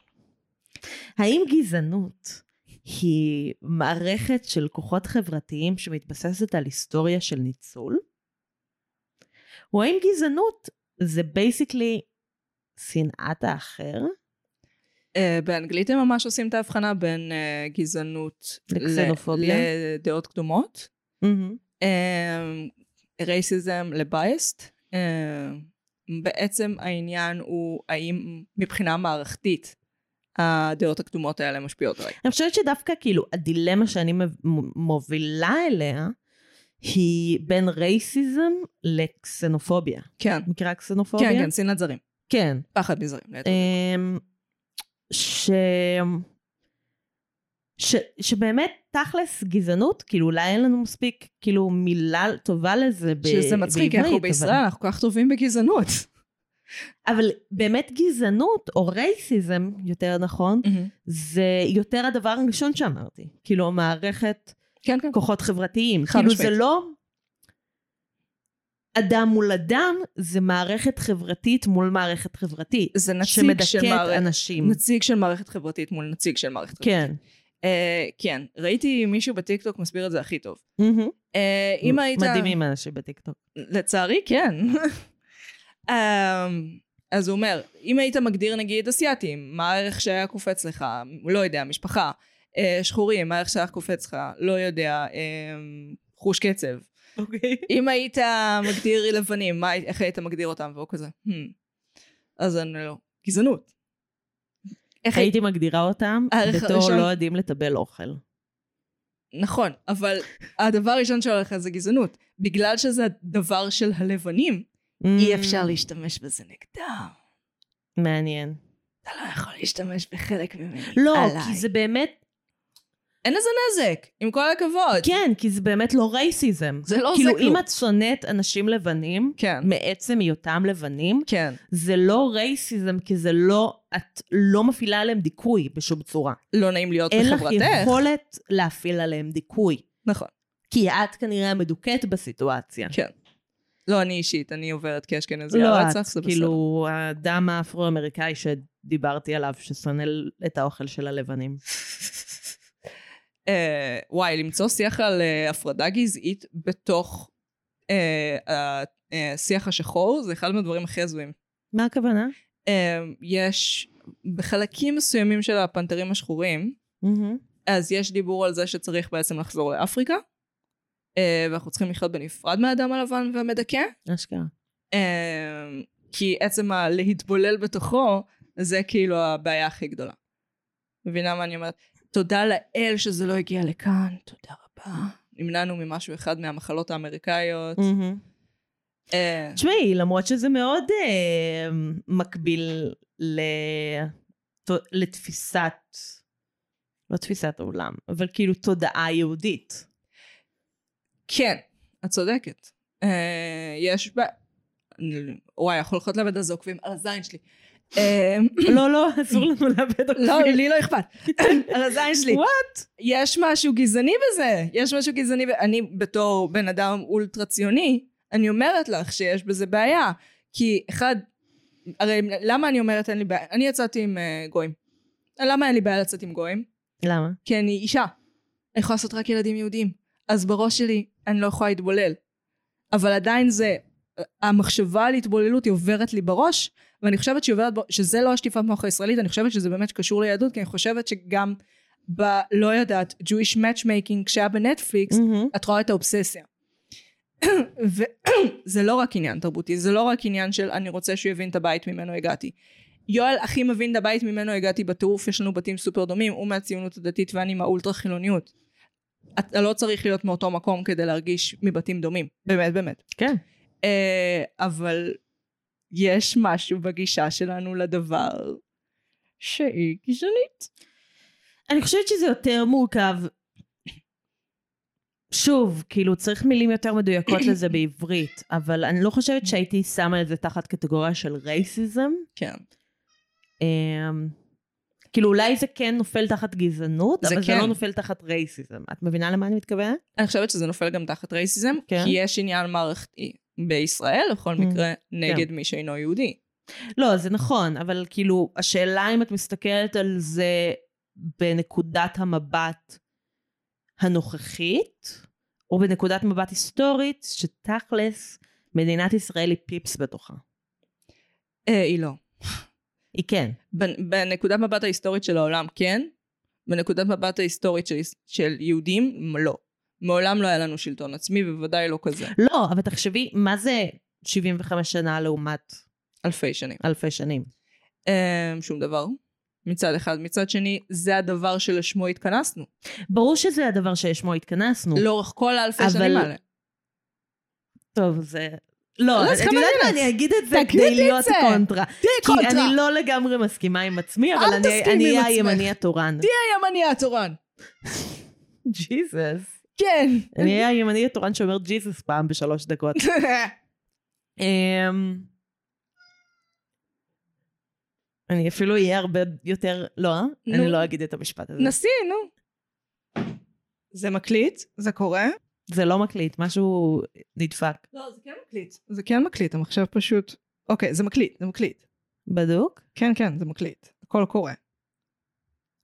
[SPEAKER 1] האם גזענות היא מערכת של כוחות חברתיים שמתבססת על היסטוריה של ניצול? או האם גזענות זה בייסיקלי שנאת האחר?
[SPEAKER 2] אה, באנגלית הם ממש עושים את ההבחנה בין אה, גזענות
[SPEAKER 1] לקסנופוביה?
[SPEAKER 2] ל- לדעות קדומות, אמ, רייסיזם לבייסט. אמ, בעצם העניין הוא האם מבחינה מערכתית הדעות הקדומות האלה משפיעות עליי.
[SPEAKER 1] אני חושבת שדווקא כאילו הדילמה שאני מב- מ- מובילה אליה היא בין רייסיזם לקסנופוביה.
[SPEAKER 2] כן,
[SPEAKER 1] את מכירה קסנופוביה?
[SPEAKER 2] כן, כן, שנאת זרים.
[SPEAKER 1] כן.
[SPEAKER 2] פחד מזרים. ליתר דיוק.
[SPEAKER 1] אמ, ש... ש... שבאמת תכלס גזענות, כאילו אולי אין לנו מספיק כאילו מילה טובה לזה ב...
[SPEAKER 2] שזה מצחיק, כי
[SPEAKER 1] בעברית,
[SPEAKER 2] אנחנו
[SPEAKER 1] אבל-
[SPEAKER 2] בישראל, אנחנו כל כך טובים בגזענות.
[SPEAKER 1] אבל באמת גזענות, או רייסיזם, יותר נכון, זה יותר הדבר הראשון שאמרתי. כאילו המערכת
[SPEAKER 2] כן, כן.
[SPEAKER 1] כוחות חברתיים.
[SPEAKER 2] חד
[SPEAKER 1] כאילו
[SPEAKER 2] משמעית.
[SPEAKER 1] זה לא אדם מול אדם, זה מערכת חברתית מול מערכת חברתית.
[SPEAKER 2] זה נציג של
[SPEAKER 1] שמדכאת
[SPEAKER 2] מערכת-
[SPEAKER 1] אנשים.
[SPEAKER 2] נציג של מערכת חברתית מול נציג של מערכת חברתית.
[SPEAKER 1] כן.
[SPEAKER 2] אה, כן, ראיתי מישהו בטיקטוק מסביר את זה הכי טוב.
[SPEAKER 1] מהמם.
[SPEAKER 2] אה, אם היית...
[SPEAKER 1] מדהימים האנשים בטיקטוק.
[SPEAKER 2] לצערי, כן. אמ, אז הוא אומר, אם היית מגדיר נגיד אסייתים, מה הערך שהיה קופץ לך? לא יודע, משפחה. אה, שחורים, מה הערך שהיה קופץ לך? לא יודע, אמ, חוש קצב.
[SPEAKER 1] אוקיי.
[SPEAKER 2] אם היית מגדיר לבנים, מה, איך היית מגדיר אותם? והוא כזה, "Hmm." אז אני לא. גזענות. איך
[SPEAKER 1] הייתי מגדירה אותם
[SPEAKER 2] הערך
[SPEAKER 1] בתור
[SPEAKER 2] הראשון-
[SPEAKER 1] לא יודעים לטבל אוכל.
[SPEAKER 2] נכון, אבל הדבר הראשון שעולה לך זה גזענות. בגלל שזה הדבר של הלבנים,
[SPEAKER 1] Mm.
[SPEAKER 2] אי אפשר להשתמש בזה נגדם.
[SPEAKER 1] מעניין.
[SPEAKER 2] אתה לא יכול להשתמש בחלק ממני.
[SPEAKER 1] לא,
[SPEAKER 2] עליי.
[SPEAKER 1] כי זה באמת,
[SPEAKER 2] אין לזה נזק, עם כל הכבוד.
[SPEAKER 1] כן, כי זה באמת לא רייסיזם.
[SPEAKER 2] זה לא
[SPEAKER 1] כאילו,
[SPEAKER 2] עושה כלום.
[SPEAKER 1] אם את שונאת אנשים לבנים,
[SPEAKER 2] כן.
[SPEAKER 1] מעצם היותם לבנים,
[SPEAKER 2] כן.
[SPEAKER 1] זה לא רייסיזם, כי זה לא, את לא מפעילה עליהם דיכוי בשום צורה.
[SPEAKER 2] לא נעים להיות
[SPEAKER 1] אין לך
[SPEAKER 2] בחברתך.
[SPEAKER 1] יכולת להפעיל עליהם דיכוי.
[SPEAKER 2] נכון.
[SPEAKER 1] כי את כנראה המדוכאת בסיטואציה.
[SPEAKER 2] כן. לא אני אישית, אני עוברת כאשכנזי
[SPEAKER 1] לא
[SPEAKER 2] הרצח,
[SPEAKER 1] את,
[SPEAKER 2] זה בסדר.
[SPEAKER 1] כאילו האדם האפרו-אמריקאי שדיברתי עליו, ששונא את האוכל של הלבנים.
[SPEAKER 2] אה, וואי, למצוא שיח על אה, הפרדה גזעית בתוך אה, ה- אה, השיח השחור, זה אחד מהדברים הכי הזויים.
[SPEAKER 1] מה הכוונה?
[SPEAKER 2] אה, יש, בחלקים מסוימים של הפנתרים השחורים,
[SPEAKER 1] מהמם.
[SPEAKER 2] אז יש דיבור על זה שצריך בעצם לחזור לאפריקה, אה, ואנחנו צריכים לחיות בנפרד מהאדם הלבן והמדכא,
[SPEAKER 1] אשכרה.
[SPEAKER 2] אה, כי עצם ה- להתבולל בתוכו, זה כאילו הבעיה הכי גדולה. מבינה מה אני אומרת? תודה לאל שזה לא הגיע לכאן, תודה רבה. נמנענו ממשהו אחד מהמחלות האמריקאיות.
[SPEAKER 1] מהמם.
[SPEAKER 2] אה,
[SPEAKER 1] תשמעי, למרות שזה מאוד אה, מקביל לת- לתפיסת, לא תפיסת עולם, אבל כאילו תודעה יהודית.
[SPEAKER 2] כן, את צודקת. אה, יש ב... וואי, אנחנו הולכות לאבד על זה עוקבים, על הזין שלי. אה,
[SPEAKER 1] לא, לא, אסור לנו לאבד אותך.
[SPEAKER 2] לא, לי לא אכפת. על הזין שלי.
[SPEAKER 1] וואט?
[SPEAKER 2] יש משהו גזעני בזה, יש משהו גזעני, ב- אני בתור בן אדם אולטרה ציוני, אני אומרת לך שיש בזה בעיה, כי אחד, הרי למה אני אומרת אין לי בעיה, אני יצאתי עם אה, גויים. למה אין לי בעיה לצאת עם גויים?
[SPEAKER 1] למה?
[SPEAKER 2] כי אני אישה. אני יכולה לעשות רק ילדים יהודים. אז בראש שלי אני לא יכולה להתבולל. אבל עדיין זה, המחשבה על התבוללות היא עוברת לי בראש, ואני חושבת שהיא עוברת, ב- שזה לא השטיפת מוח הישראלית, אני חושבת שזה באמת קשור ליהדות, כי אני חושבת שגם ב... לא יודעת, Jewish matchmaking שהיה בנטפליקס,
[SPEAKER 1] מהמם.
[SPEAKER 2] את רואה את האובססיה. וזה לא רק עניין תרבותי, זה לא רק עניין של אני רוצה שהוא יבין את הבית ממנו הגעתי. יואל הכי מבין את הבית ממנו הגעתי בטירוף, יש לנו בתים סופר דומים, הוא מהציונות הדתית ואני מהאולטרה חילוניות. אתה לא צריך להיות מאותו מקום כדי להרגיש מבתים דומים, באמת באמת.
[SPEAKER 1] כן.
[SPEAKER 2] אה, אבל יש משהו בגישה שלנו לדבר שהיא גזענית.
[SPEAKER 1] אני חושבת שזה יותר מורכב. שוב, כאילו צריך מילים יותר מדויקות לזה בעברית, אבל אני לא חושבת שהייתי שמה את זה תחת קטגוריה של רייסיזם.
[SPEAKER 2] כן.
[SPEAKER 1] אמ, כאילו אולי זה כן נופל תחת גזענות,
[SPEAKER 2] זה
[SPEAKER 1] אבל זה
[SPEAKER 2] כן.
[SPEAKER 1] לא נופל תחת רייסיזם. את מבינה למה אני מתכוונת?
[SPEAKER 2] אני חושבת שזה נופל גם תחת רייסיזם,
[SPEAKER 1] כן.
[SPEAKER 2] כי יש עניין מערכתי בישראל, בכל
[SPEAKER 1] Mm,
[SPEAKER 2] מקרה, נגד מי שאינו יהודי.
[SPEAKER 1] לא, זה נכון, אבל כאילו, השאלה אם את מסתכלת על זה בנקודת המבט הנוכחית, או בנקודת מבט היסטורית, שתכלס מדינת ישראל היא פיפס בתוכה.
[SPEAKER 2] אה, היא לא.
[SPEAKER 1] היא כן.
[SPEAKER 2] בנ- בנקודת מבט ההיסטורית של העולם, כן. בנקודת מבט ההיסטורית של, של יהודים, לא. מעולם לא היה לנו שלטון עצמי, ובוודאי לא כזה.
[SPEAKER 1] לא, אבל תחשבי, מה זה 75 שנה לעומת
[SPEAKER 2] אלפי שנים.
[SPEAKER 1] אלפי שנים?
[SPEAKER 2] אה, שום דבר. מצד אחד. מצד שני, זה הדבר שלשמו התכנסנו.
[SPEAKER 1] ברור שזה הדבר שלשמו התכנסנו.
[SPEAKER 2] לאורך כל האלפי
[SPEAKER 1] אבל-
[SPEAKER 2] שנים האלה.
[SPEAKER 1] טוב, זה... לא,
[SPEAKER 2] לא,
[SPEAKER 1] את
[SPEAKER 2] זה
[SPEAKER 1] יודעת מה,
[SPEAKER 2] חמאס.
[SPEAKER 1] אני אגיד את זה
[SPEAKER 2] תגידי
[SPEAKER 1] כדי
[SPEAKER 2] את
[SPEAKER 1] להיות
[SPEAKER 2] זה.
[SPEAKER 1] קונטרה. כי
[SPEAKER 2] קונטרה.
[SPEAKER 1] אני לא לגמרי מסכימה עם עצמי, אבל
[SPEAKER 2] אל
[SPEAKER 1] אני-
[SPEAKER 2] תסכימי
[SPEAKER 1] אני
[SPEAKER 2] עם
[SPEAKER 1] הימני
[SPEAKER 2] עצמך.
[SPEAKER 1] התורן.
[SPEAKER 2] תהיה ימני התורן.
[SPEAKER 1] ג'יזוס.
[SPEAKER 2] כן.
[SPEAKER 1] אני אהיה הימני התורן שאומר ג'יזוס פעם בשלוש דקות. אמ, אני אפילו אהיה הרבה יותר... לא, אה?
[SPEAKER 2] נו.
[SPEAKER 1] אני לא אגיד את המשפט הזה.
[SPEAKER 2] נסי, נו. זה מקליט? זה קורה?
[SPEAKER 1] זה לא מקליט, משהו נדפק.
[SPEAKER 2] לא, זה כן מקליט. זה כן מקליט, המחשב פשוט... אוקיי, זה מקליט, זה מקליט.
[SPEAKER 1] בדוק?
[SPEAKER 2] כן, כן, זה מקליט. הכל קורה.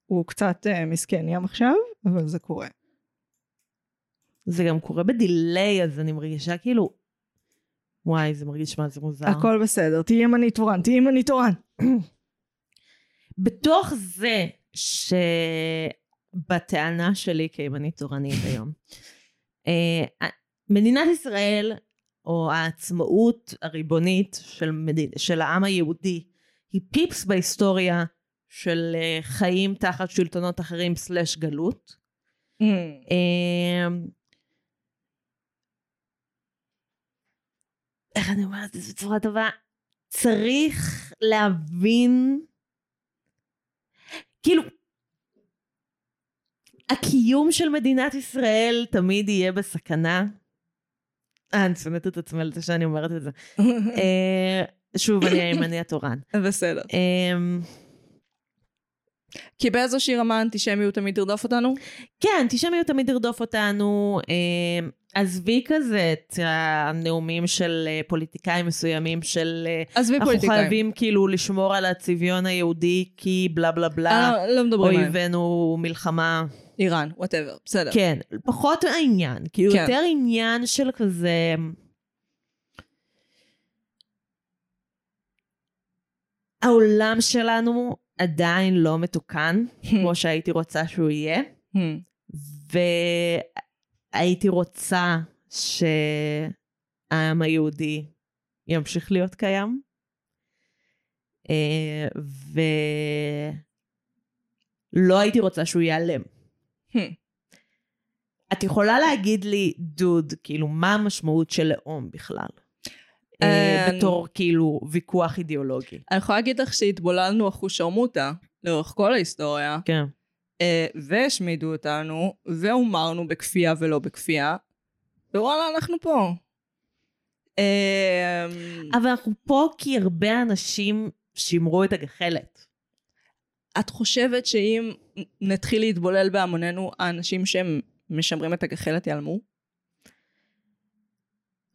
[SPEAKER 2] הוא קצת אה, מסכן ים עכשיו, אבל זה קורה.
[SPEAKER 1] זה גם קורה בדיליי, אז אני מרגישה כאילו... וואי, זה מרגיש מה זה מוזר.
[SPEAKER 2] הכל בסדר, תהיי ימני תורן, תהיי ימני תורן.
[SPEAKER 1] בתוך זה שבטענה שלי כימנית תורנית היום, אה, מדינת ישראל, או העצמאות הריבונית של, מדיד, של העם היהודי, היא פיפס בהיסטוריה של אה, חיים תחת שלטונות אחרים סלש גלות.
[SPEAKER 2] Mm.
[SPEAKER 1] אמ, איך אני אומרת את זה בצורה טובה? צריך להבין, כאילו, הקיום של מדינת ישראל תמיד יהיה בסכנה. אה, אני שונאת את עצמי על זה שאני אומרת את זה. אה, שוב, אני הימני התורן.
[SPEAKER 2] בסדר.
[SPEAKER 1] אמ,
[SPEAKER 2] כי באיזושהי רמה האנטישמיות תמיד תרדוף אותנו?
[SPEAKER 1] כן, אנטישמיות תמיד תרדוף אותנו. אה, עזבי כזה את הנאומים של אה, פוליטיקאים מסוימים של... אה,
[SPEAKER 2] עזבי
[SPEAKER 1] אנחנו חייבים כאילו לשמור על הצביון היהודי כי בלה בלה בלה,
[SPEAKER 2] אה, לא- לא מדברים עליהם.
[SPEAKER 1] אויבינו מלחמה.
[SPEAKER 2] איראן, וואטאבר, בסדר.
[SPEAKER 1] כן, פחות העניין. כאילו
[SPEAKER 2] כן.
[SPEAKER 1] יותר עניין של כזה... העולם שלנו עדיין לא מתוקן, כמו שהייתי רוצה שהוא יהיה.
[SPEAKER 2] Hmm.
[SPEAKER 1] והייתי רוצה שהעם היהודי ימשיך להיות קיים. אה, ולא הייתי רוצה שהוא ייעלם.
[SPEAKER 2] Hmm.
[SPEAKER 1] את יכולה להגיד לי, דוד, כאילו, מה המשמעות של לאום בכלל? אה,
[SPEAKER 2] אה,
[SPEAKER 1] בתור כאילו ויכוח אידיאולוגי.
[SPEAKER 2] אני יכולה להגיד לך שהתבוללנו אחושרמוטה לאורך כל ההיסטוריה,
[SPEAKER 1] כן.
[SPEAKER 2] אה, והשמידו אותנו, והומרנו בכפייה ולא בכפייה, ווואלה, אנחנו פה. אה,
[SPEAKER 1] אבל אנחנו פה כי הרבה אנשים שימרו את הגחלת.
[SPEAKER 2] את חושבת שאם נתחיל להתבולל בהמוננו, האנשים שהם משמרים את הגחלת ייעלמו?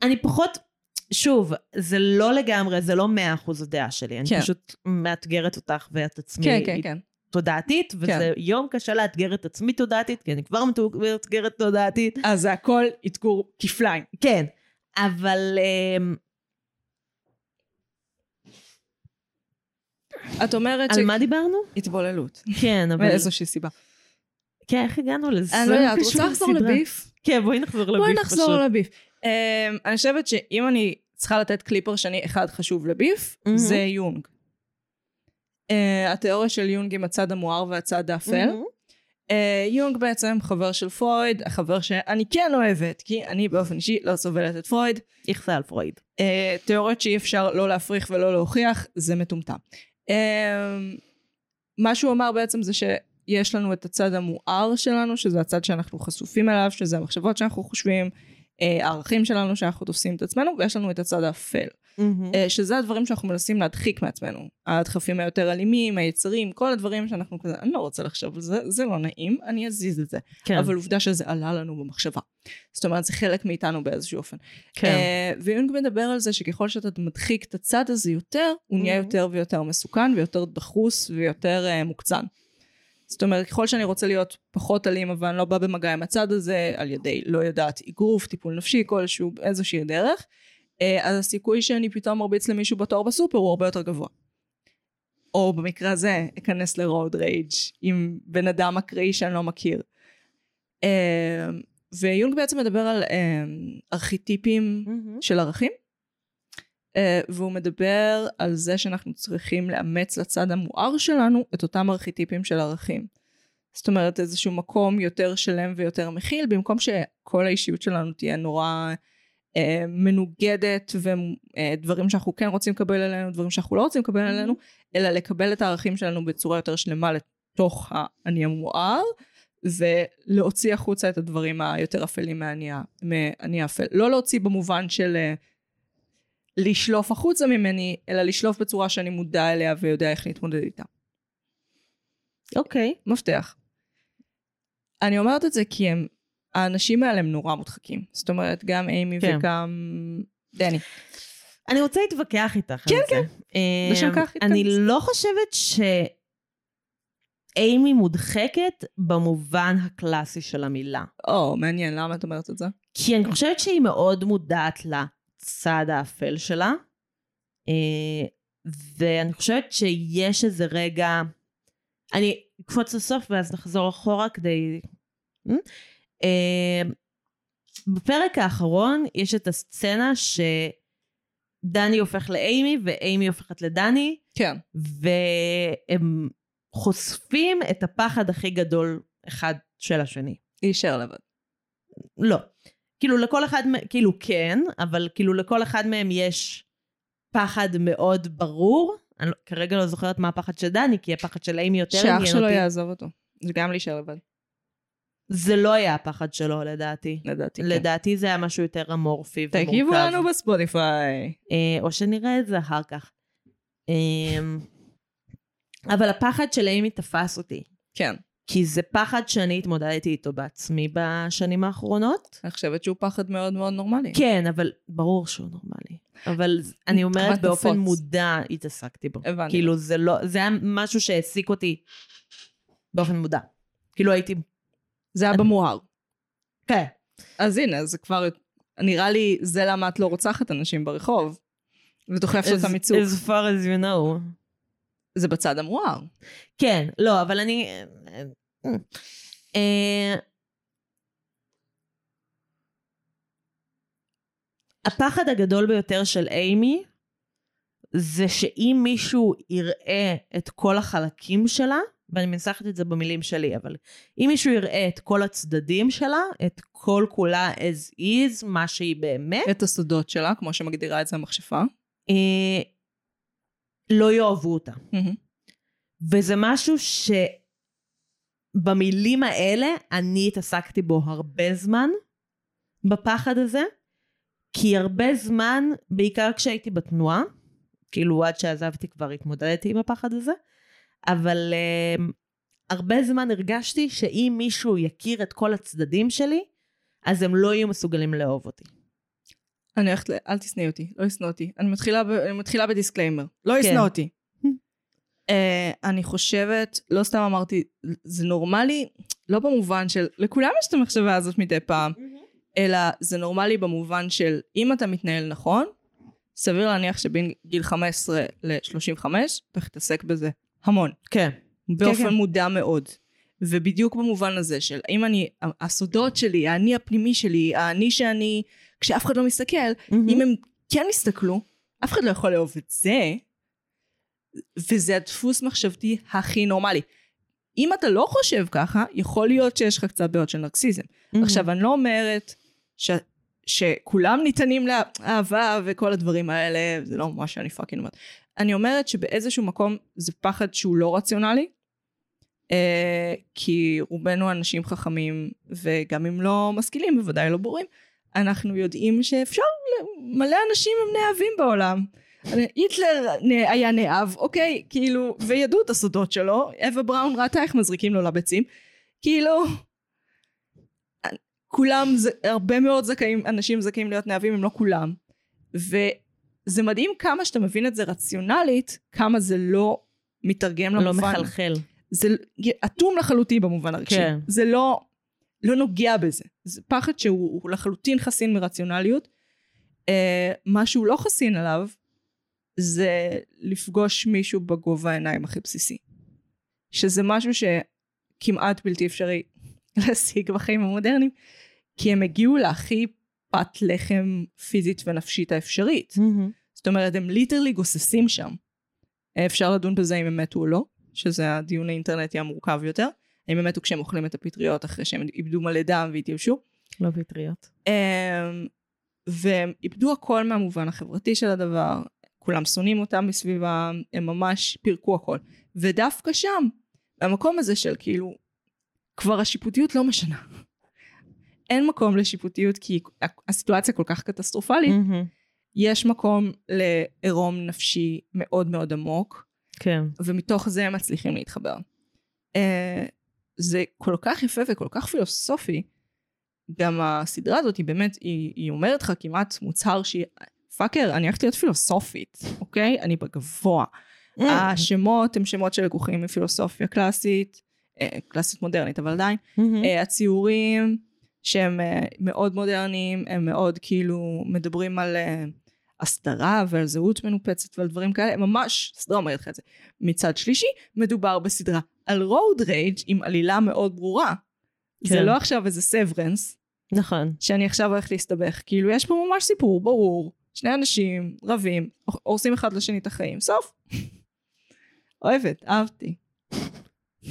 [SPEAKER 1] אני פחות, שוב, זה לא לגמרי, זה לא מאה אחוז הדעה שלי. אני
[SPEAKER 2] כן.
[SPEAKER 1] פשוט מאתגרת אותך ואת עצמי.
[SPEAKER 2] כן, כן, כן.
[SPEAKER 1] תודעתית, וזה
[SPEAKER 2] כן.
[SPEAKER 1] יום קשה לאתגר את עצמי תודעתית, כי אני כבר מאתגרת תודעתית.
[SPEAKER 2] אז זה הכל אתגור כפליים.
[SPEAKER 1] כן, אבל... אמ,
[SPEAKER 2] את אומרת
[SPEAKER 1] על מה דיברנו?
[SPEAKER 2] שהתבוללות.
[SPEAKER 1] כן, אבל...
[SPEAKER 2] מאיזושהי סיבה.
[SPEAKER 1] כן, איך הגענו לזה?
[SPEAKER 2] אני לא יודעת, את
[SPEAKER 1] קשור
[SPEAKER 2] רוצה לחזור
[SPEAKER 1] לסדרה.
[SPEAKER 2] לביף?
[SPEAKER 1] כן, בואי נחזור לביף
[SPEAKER 2] בואי
[SPEAKER 1] פשוט.
[SPEAKER 2] נחזור לביף. Um, אני חושבת שאם אני צריכה לתת כלי פרשני אחד חשוב לביף,
[SPEAKER 1] Mhm.
[SPEAKER 2] זה יונג. Uh, התיאוריה של יונג עם הצד המואר והצד האפל.
[SPEAKER 1] מהמם.
[SPEAKER 2] אה, יונג בעצם חבר של פרויד, החבר שאני כן אוהבת, כי אני באופן אישי לא סובלת את פרויד.
[SPEAKER 1] יחסה על פרויד.
[SPEAKER 2] אה, תיאוריות שאי אפשר לא להפריך ולא להוכיח, זה מטומטם. אה, מה שהוא אמר בעצם זה שיש לנו את הצד המואר שלנו, שזה הצד שאנחנו חשופים אליו, שזה המחשבות שאנחנו חושבים, אה, הערכים שלנו שאנחנו תופסים את עצמנו, ויש לנו את הצד האפל.
[SPEAKER 1] מהמם.
[SPEAKER 2] אה, שזה הדברים שאנחנו מנסים להדחיק מעצמנו. הדחפים היותר אלימים, היצרים, כל הדברים שאנחנו כזה, אני לא רוצה לחשוב על זה, זה לא נעים, אני אזיז את זה.
[SPEAKER 1] כן,
[SPEAKER 2] אבל עובדה שזה עלה לנו במחשבה. זאת אומרת, זה חלק מאיתנו באיזשהו אופן.
[SPEAKER 1] כן.
[SPEAKER 2] אה, ויונג מדבר על זה שככל שאתה מדחיק את הצד הזה יותר, הוא נהיה
[SPEAKER 1] Mhm.
[SPEAKER 2] יותר ויותר מסוכן ויותר דחוס ויותר אה, מוקצן. זאת אומרת, ככל שאני רוצה להיות פחות אלים, אבל אני לא בא במגע עם הצד הזה, על ידי, לא יודעת, אגרוף, טיפול נפשי, כלשהו, איזושהי דרך, אה, אז הסיכוי שאני פתאום מרביץ למישהו בתור בסופר הוא הרבה יותר גבוה. או במקרה הזה, אכנס לרוד רייג' עם בן אדם אקראי שאני לא מכיר. אה, ויונג בעצם מדבר על אה, ארכיטיפים
[SPEAKER 1] מהמם.
[SPEAKER 2] של ערכים. אה, והוא מדבר על זה שאנחנו צריכים לאמץ לצד המואר שלנו את אותם ארכיטיפים של ערכים. זאת אומרת איזשהו מקום יותר שלם ויותר מכיל, במקום שכל האישיות שלנו תהיה נורא אה, מנוגדת ודברים שאנחנו כן רוצים לקבל עלינו, דברים שאנחנו לא רוצים לקבל עלינו, אלא לקבל את הערכים שלנו בצורה יותר שלמה לתוך האני המואר, ולהוציא החוצה את הדברים היותר אפלים מהאני ה- מהאני האפל. לא להוציא במובן של אה, לשלוף החוצה ממני, אלא לשלוף בצורה שאני מודע אליה ויודע איך להתמודד איתה.
[SPEAKER 1] אוקיי.
[SPEAKER 2] מפתח. אני אומרת את זה כי הם, האנשים האלה הם נורא מודחקים. זאת אומרת, גם אימי
[SPEAKER 1] כן.
[SPEAKER 2] וגם דני.
[SPEAKER 1] אני רוצה להתווכח איתך
[SPEAKER 2] כן,
[SPEAKER 1] על זה.
[SPEAKER 2] כן.
[SPEAKER 1] אמ,
[SPEAKER 2] לשם כך
[SPEAKER 1] אני
[SPEAKER 2] התכנסנו.
[SPEAKER 1] לא חושבת שאימי מודחקת במובן הקלאסי של המילה.
[SPEAKER 2] או, מעניין, למה את אומרת את זה?
[SPEAKER 1] כי אני חושבת שהיא מאוד מודעת לצד האפל שלה. אה, ואני חושבת שיש איזה רגע... אני אקפוץ לסוף ואז נחזור אחורה כדי... אה? אה, בפרק האחרון יש את הסצנה שדני הופך לאימי ואימי הופכת לדני,
[SPEAKER 2] כן.
[SPEAKER 1] והם חושפים את הפחד הכי גדול אחד של השני.
[SPEAKER 2] להישאר לבד.
[SPEAKER 1] לא. כאילו לכל אחד, מ- כאילו כן, אבל כאילו לכל אחד מהם יש פחד מאוד ברור. אני לא, כרגע לא זוכרת מה הפחד של דני, כי הפחד של אימי יותר
[SPEAKER 2] שאח שלו יעזוב אותו. זה גם להישאר לבד,
[SPEAKER 1] זה לא היה הפחד שלו לדעתי.
[SPEAKER 2] לדעתי. כן.
[SPEAKER 1] לדעתי זה היה משהו יותר אמורפי ומורכב.
[SPEAKER 2] תגיבו לנו בספוטיפיי.
[SPEAKER 1] אה, או שנראה את זה אחר כך. אמ, אבל הפחד של אימי תפס אותי.
[SPEAKER 2] כן.
[SPEAKER 1] כי זה פחד שאני התמודדתי איתו בעצמי בשנים האחרונות.
[SPEAKER 2] אני חושבת שהוא פחד מאוד מאוד נורמלי.
[SPEAKER 1] כן, אבל ברור שהוא נורמלי. אבל ז- אני
[SPEAKER 2] אבל
[SPEAKER 1] אומרת
[SPEAKER 2] נפוץ.
[SPEAKER 1] באופן מודע התעסקתי בו.
[SPEAKER 2] הבנתי.
[SPEAKER 1] כאילו זה לא, זה היה משהו שהעסיק אותי באופן מודע. כאילו הייתי,
[SPEAKER 2] זה היה במואר.
[SPEAKER 1] כן.
[SPEAKER 2] אז הנה, זה כבר... נראה לי זה למה את לא רוצחת אנשים ברחוב. ודוחפת אותם מצוק.
[SPEAKER 1] as far as you know.
[SPEAKER 2] זה בצד המואר.
[SPEAKER 1] כן, לא, אבל אני... אה, הפחד הגדול ביותר של אימי זה שאם מישהו יראה את כל החלקים שלה, ואני מנסחת את זה במילים שלי, אבל אם מישהו יראה את כל הצדדים שלה, את כל כולה as is, מה שהיא באמת,
[SPEAKER 2] את הסודות שלה, כמו שמגדירה את זה המכשפה.
[SPEAKER 1] אה, לא יאהבו אותה.
[SPEAKER 2] מהמם.
[SPEAKER 1] וזה משהו שבמילים האלה אני התעסקתי בו הרבה זמן, בפחד הזה, כי הרבה זמן, בעיקר כשהייתי בתנועה, כאילו עד שעזבתי כבר התמודדתי עם הפחד הזה, אבל um, הרבה זמן הרגשתי שאם מישהו יכיר את כל הצדדים שלי, אז הם לא יהיו מסוגלים לאהוב אותי.
[SPEAKER 2] אני הולכת ל... אל תשנאי אותי, לא ישנא אותי. אני מתחילה, ב... אני מתחילה בדיסקליימר. לא
[SPEAKER 1] כן.
[SPEAKER 2] ישנא אותי. אה, אני חושבת, לא סתם אמרתי, זה נורמלי, לא במובן של, לכולם יש את המחשבה הזאת מדי פעם, אלא זה נורמלי במובן של אם אתה מתנהל נכון, סביר להניח שבין גיל 15 ל-35 אתה תתעסק בזה המון,
[SPEAKER 1] כן.
[SPEAKER 2] באופן
[SPEAKER 1] כן.
[SPEAKER 2] מודע מאוד. ובדיוק במובן הזה של אם אני, הסודות שלי, האני הפנימי שלי, האני שאני, כשאף אחד לא מסתכל, אם הם כן יסתכלו, אף אחד לא יכול לאהוב את זה, וזה הדפוס מחשבתי הכי נורמלי. אם אתה לא חושב ככה, יכול להיות שיש לך קצת בעיות של נרקסיזם.
[SPEAKER 1] מהמם.
[SPEAKER 2] עכשיו, אני לא אומרת ש... שכולם ניתנים לאהבה וכל הדברים האלה, זה לא מה שאני פאקינג אומרת. אני אומרת שבאיזשהו מקום זה פחד שהוא לא רציונלי, אה, כי רובנו אנשים חכמים, וגם אם לא משכילים, בוודאי לא בורים, אנחנו יודעים שאפשר, ל- מלא אנשים הם נאהבים בעולם. היטלר נה- היה נאהב, אוקיי, כאילו, וידעו את הסודות שלו, אווה בראון ראתה איך מזריקים לו לביצים, כאילו, כולם, זה, הרבה מאוד זכאים, אנשים זכאים להיות נאהבים, אם לא כולם. וזה מדהים כמה שאתה מבין את זה רציונלית, כמה זה לא מתרגם
[SPEAKER 1] לא
[SPEAKER 2] למובן.
[SPEAKER 1] מחלחל.
[SPEAKER 2] זה אטום לחלוטין במובן הרגשי.
[SPEAKER 1] כן.
[SPEAKER 2] כן. זה לא, לא נוגע בזה. זה פחד שהוא הוא לחלוטין חסין מרציונליות. אה, מה שהוא לא חסין עליו, זה לפגוש מישהו בגובה העיניים הכי בסיסי. שזה משהו שכמעט בלתי אפשרי להשיג בחיים המודרניים, כי הם הגיעו להכי פת לחם פיזית ונפשית האפשרית. זאת אומרת, הם ליטרלי גוססים שם. אפשר לדון בזה אם הם מתו או לא, שזה הדיון האינטרנטי המורכב יותר. האם הם מתו כשהם אוכלים את הפטריות אחרי שהם איבדו מלא דם והתייבשו.
[SPEAKER 1] לא פטריות.
[SPEAKER 2] אמ, והם איבדו הכל מהמובן החברתי של הדבר, כולם שונאים אותם מסביבם, הם ממש פירקו הכל. ודווקא שם, במקום הזה של כאילו, כבר השיפוטיות לא משנה. אין מקום לשיפוטיות כי הסיטואציה כל כך קטסטרופלית,
[SPEAKER 1] מהמם.
[SPEAKER 2] יש מקום לעירום נפשי מאוד מאוד עמוק,
[SPEAKER 1] כן.
[SPEAKER 2] ומתוך זה הם מצליחים להתחבר. אה, זה כל כך יפה וכל כך פילוסופי, גם הסדרה הזאת היא באמת, היא, היא אומרת לך כמעט מוצהר שהיא, פאקר, אני הולכת להיות פילוסופית, אוקיי? אני בגבוה.
[SPEAKER 1] כן.
[SPEAKER 2] אה, השמות הם שמות שלקוחים מפילוסופיה קלאסית, אה, קלאסית מודרנית, אבל עדיין.
[SPEAKER 1] מהמם.
[SPEAKER 2] אה, הציורים שהם אה, מאוד מודרניים, הם מאוד כאילו מדברים על אה, הסדרה ועל זהות מנופצת ועל דברים כאלה, ממש סדרה אומרת לך את זה. מצד שלישי, מדובר בסדרה על road rage עם עלילה מאוד ברורה. זה
[SPEAKER 1] כן.
[SPEAKER 2] לא עכשיו איזה סברנס,
[SPEAKER 1] נכון.
[SPEAKER 2] שאני עכשיו הולכת להסתבך. כאילו, יש פה ממש סיפור ברור, שני אנשים רבים, הורסים אחד לשני את החיים, סוף. אוהבת, אהבתי.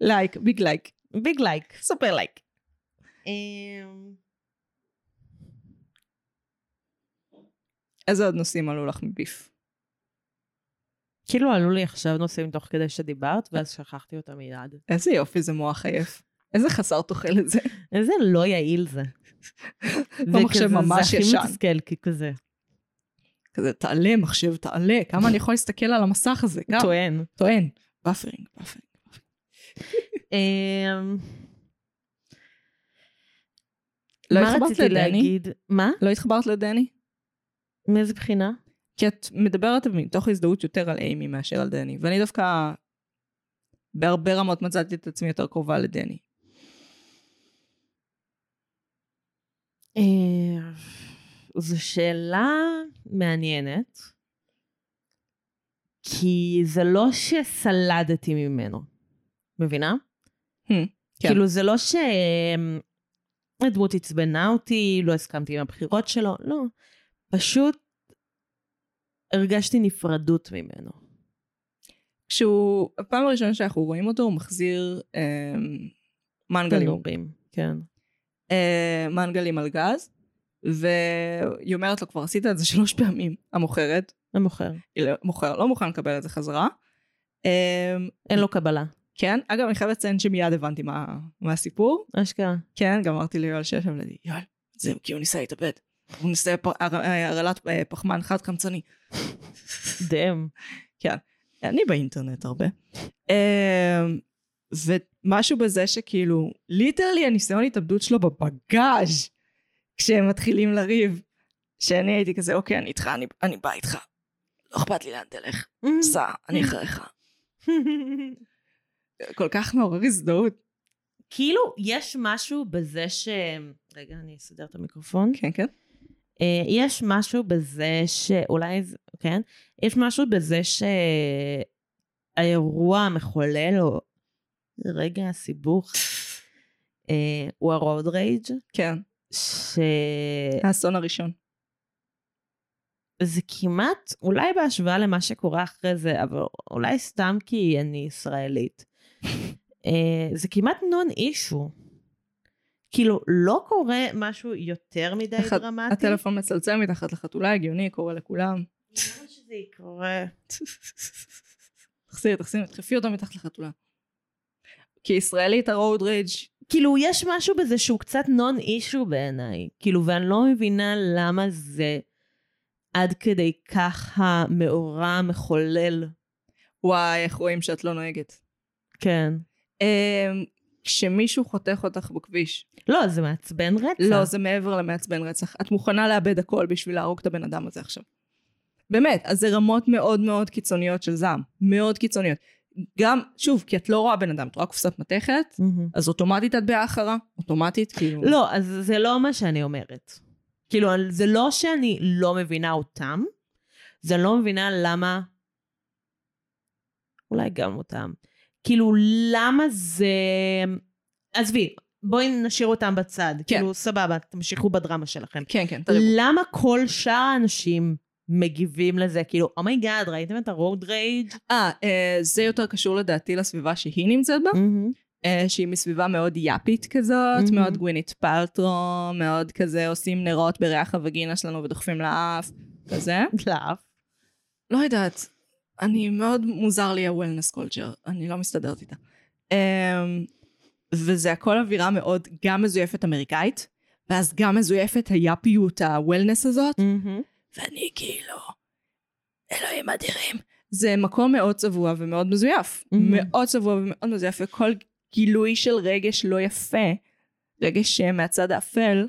[SPEAKER 2] לייק, ביג לייק.
[SPEAKER 1] ביג לייק.
[SPEAKER 2] סופר לייק.
[SPEAKER 1] אמ,
[SPEAKER 2] איזה עוד נושאים עלו לך מביף?
[SPEAKER 1] כאילו עלו לי עכשיו נושאים תוך כדי שדיברת, ואז שכחתי אותם מיד.
[SPEAKER 2] איזה יופי זה מוח עייף. איזה חסר תוחלת זה.
[SPEAKER 1] איזה לא יעיל זה.
[SPEAKER 2] מחשב ממש
[SPEAKER 1] זה
[SPEAKER 2] ישן.
[SPEAKER 1] הכי מתסכל, כי כזה,
[SPEAKER 2] כזה תעלה מחשב תעלה, כמה אני יכול להסתכל על המסך הזה? כמה?
[SPEAKER 1] טוען.
[SPEAKER 2] טוען. באפרינג, באפרינג.
[SPEAKER 1] אמ,
[SPEAKER 2] לא
[SPEAKER 1] מה
[SPEAKER 2] התחברת
[SPEAKER 1] רציתי
[SPEAKER 2] לדני?
[SPEAKER 1] להגיד? מה?
[SPEAKER 2] לא התחברת לדני?
[SPEAKER 1] מאיזה בחינה?
[SPEAKER 2] כי את מדברת מתוך הזדהות יותר על אימי מאשר על דני, ואני דווקא בהרבה רמות מצאתי את עצמי יותר קרובה לדני.
[SPEAKER 1] אה, זו שאלה מעניינת, כי זה לא שסלדתי ממנו, מבינה?
[SPEAKER 2] Hmm, כן.
[SPEAKER 1] כן. כאילו זה לא שהדמות עצבנה אותי, לא הסכמתי עם הבחירות שלו, לא. פשוט הרגשתי נפרדות ממנו.
[SPEAKER 2] כשהוא, הפעם הראשונה שאנחנו רואים אותו הוא מחזיר אמ, מנגלים.
[SPEAKER 1] גלורים, כן.
[SPEAKER 2] אה, מנגלים על גז, והיא אומרת לו, כבר עשית את זה שלוש פעמים, המוכרת,
[SPEAKER 1] המוכר.
[SPEAKER 2] היא לא- מוכר, לא מוכן לקבל את זה חזרה. אה,
[SPEAKER 1] אין לו קבלה.
[SPEAKER 2] כן, אגב, אני חייבת לציין שמיד הבנתי מה, מה הסיפור.
[SPEAKER 1] אשכרה.
[SPEAKER 2] כן, גם אמרתי ליואל שישב לידי, יואל, זהו, כי הוא ניסה להתאבד. הוא ניסה פ- הר- אה, הרעלת אה, פחמן חד חמצני.
[SPEAKER 1] דאם.
[SPEAKER 2] אני באינטרנט הרבה. אה, ומשהו בזה שכאילו, ליטרלי הניסיון התאבדות שלו בבגאז' כשהם מתחילים לריב, שאני הייתי כזה, אוקיי, אני איתך, אני, אני באה איתך. לא אכפת לי לאן תלך, סע, אני אחריך. כל כך מעורר הזדהות.
[SPEAKER 1] כאילו, יש משהו בזה ש... רגע, אני אסדר את המיקרופון.
[SPEAKER 2] כן, כן.
[SPEAKER 1] אה, יש משהו בזה שאולי, זה- כן? יש משהו בזה שהאירוע המחולל, או רגע הסיבוך, אה, הוא הרוד רייג',
[SPEAKER 2] כן,
[SPEAKER 1] שזה
[SPEAKER 2] האסון הראשון.
[SPEAKER 1] כמעט, אולי בהשוואה למה שקורה אחרי זה, אבל אולי סתם כי אני ישראלית. אה, זה כמעט נון אישו. כאילו, לא קורה משהו יותר מדי
[SPEAKER 2] הח-
[SPEAKER 1] דרמטי.
[SPEAKER 2] הטלפון מצלצל מתחת לחתולה, הגיוני, קורא לכולם.
[SPEAKER 1] למה שזה יקרה?
[SPEAKER 2] תחזירי, תחזירי, תדחפי אותו מתחת לחתולה. כי ישראלית הרוד רייג'
[SPEAKER 1] כאילו, יש משהו בזה שהוא קצת נון אישו בעיניי. כאילו, ואני לא מבינה למה זה עד כדי כך המאורע מחולל.
[SPEAKER 2] וואי, איך רואים שאת לא נוהגת.
[SPEAKER 1] כן.
[SPEAKER 2] אמ, כשמישהו חותך אותך בכביש,
[SPEAKER 1] לא, זה מעצבן רצח.
[SPEAKER 2] לא, זה מעבר למעצבן רצח. את מוכנה לאבד הכל בשביל להרוג את הבן אדם הזה עכשיו. באמת, אז זה רמות מאוד מאוד קיצוניות של זעם. מאוד קיצוניות. גם, שוב, כי את לא רואה בן אדם, את רואה קופסת מתכת,
[SPEAKER 1] מהמם.
[SPEAKER 2] אז אוטומטית את בהעכרה, אוטומטית, כאילו...
[SPEAKER 1] לא, אז זה לא מה שאני אומרת. כאילו, אני- זה לא שאני לא מבינה אותם, זה אני לא מבינה למה... אולי גם אותם. כאילו, למה זה... עזבי, בואי נשאיר אותם בצד.
[SPEAKER 2] כן.
[SPEAKER 1] כאילו, סבבה, תמשיכו בדרמה שלכם.
[SPEAKER 2] כן, כן, תריבו.
[SPEAKER 1] למה כל שאר האנשים מגיבים לזה? כאילו, אומייגאד, ראיתם את הרוד רייג'?
[SPEAKER 2] אה, אה, זה יותר קשור לדעתי לסביבה שהיא נמצאת בה, אה, שהיא מסביבה מאוד יאפית כזאת,
[SPEAKER 1] Mhm.
[SPEAKER 2] מאוד גווינית פלטרו, מאוד כזה עושים נרות בריח הווגינה שלנו ודוחפים לאף, כזה.
[SPEAKER 1] לאף.
[SPEAKER 2] לא יודעת, אני מאוד מוזר לי ה-Wellness culture, אני לא מסתדרת איתה. Um, וזה הכל אווירה מאוד גם מזויפת אמריקאית, ואז גם מזויפת היאפיות ה-Wellness הזאת, ואני כאילו, אלוהים אדירים. זה מקום מאוד צבוע ומאוד מזויף.
[SPEAKER 1] Mhm.
[SPEAKER 2] מאוד צבוע ומאוד מזויף, וכל גילוי של רגש לא יפה, רגש שמהצד האפל,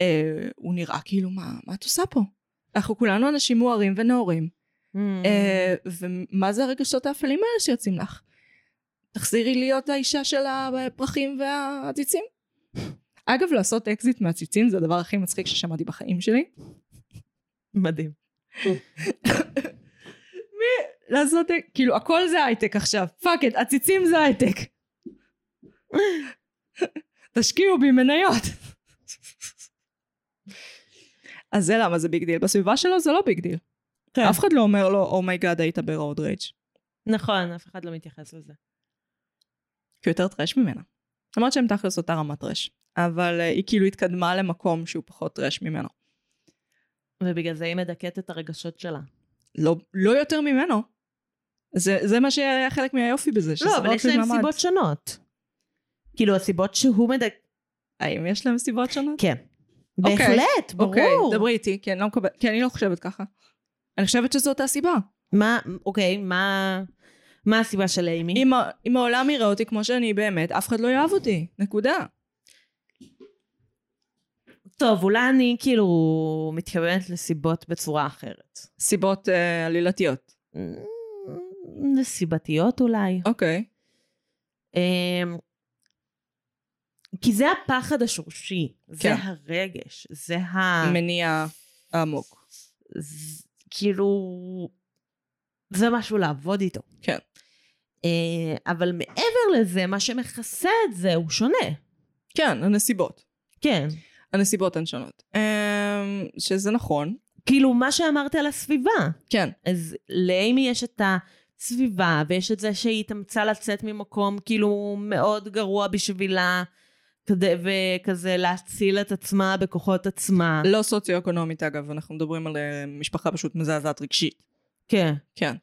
[SPEAKER 2] אה, הוא נראה כאילו, מה, מה את עושה פה? אנחנו כולנו אנשים מוארים ונאורים. אה, ומה זה הרגשות האפלים האלה שיוצאים לך? תחזירי להיות האישה של הפרחים והציצים. אגב, לעשות אקזיט מהציצים זה הדבר הכי מצחיק ששמעתי בחיים שלי.
[SPEAKER 1] מדהים.
[SPEAKER 2] לעשות, אק- כאילו, הכל זה הייטק עכשיו. פאק את, הציצים זה הייטק. תשקיעו בי מניות. אז זה למה זה ביג דיל. בסביבה שלו זה לא ביג דיל.
[SPEAKER 1] כן.
[SPEAKER 2] אף אחד לא אומר לו, אומייגאד, היית ברוד רייג'.
[SPEAKER 1] נכון, אף אחד לא מתייחס לזה.
[SPEAKER 2] כי הוא יותר טרש ממנה. למרות שהם תכלס אותה רמת טרש. אבל אה, היא כאילו התקדמה למקום שהוא פחות טרש ממנו.
[SPEAKER 1] ובגלל זה היא מדכאת את הרגשות שלה.
[SPEAKER 2] לא, לא יותר ממנו. זה, זה מה שהיה חלק מהיופי בזה, שזה
[SPEAKER 1] לא, אבל
[SPEAKER 2] רק
[SPEAKER 1] יש להם
[SPEAKER 2] מעמד.
[SPEAKER 1] סיבות שונות. כאילו, הסיבות שהוא מדכא...
[SPEAKER 2] האם יש להם סיבות שונות?
[SPEAKER 1] כן.
[SPEAKER 2] אוקיי.
[SPEAKER 1] בהחלט,
[SPEAKER 2] אוקיי,
[SPEAKER 1] ברור.
[SPEAKER 2] דברי איתי, כי אני לא מקבלת, כי אני לא חושבת ככה. אני חושבת שזו אותה סיבה.
[SPEAKER 1] מה, אוקיי, מה... מה הסיבה של אימי?
[SPEAKER 2] אם, ה- אם העולם יראה אותי כמו שאני באמת, אף אחד לא יאהב אותי. נקודה.
[SPEAKER 1] טוב, אולי אני כאילו מתכוונת לסיבות בצורה אחרת.
[SPEAKER 2] סיבות אה, עלילתיות.
[SPEAKER 1] אה, סיבתיות אולי.
[SPEAKER 2] אוקיי.
[SPEAKER 1] אמ, כי זה הפחד השורשי, זה
[SPEAKER 2] כן.
[SPEAKER 1] הרגש, זה ה...
[SPEAKER 2] מניע עמוק.
[SPEAKER 1] ז- כאילו, זה משהו לעבוד איתו.
[SPEAKER 2] כן.
[SPEAKER 1] אה, אבל מעבר לזה, מה שמכסה את זה הוא שונה.
[SPEAKER 2] כן, הנסיבות.
[SPEAKER 1] כן.
[SPEAKER 2] הנסיבות הן שונות. אמ, שזה נכון.
[SPEAKER 1] כאילו, מה שאמרת על הסביבה.
[SPEAKER 2] כן.
[SPEAKER 1] אז לאימי יש את הסביבה, ויש את זה שהיא התאמצה לצאת ממקום כאילו מאוד גרוע בשבילה, כדי, וכזה להציל את עצמה בכוחות עצמה.
[SPEAKER 2] לא סוציו-אקונומית אגב, אנחנו מדברים על אה, משפחה פשוט מזעזעת רגשית.
[SPEAKER 1] כן.
[SPEAKER 2] כן.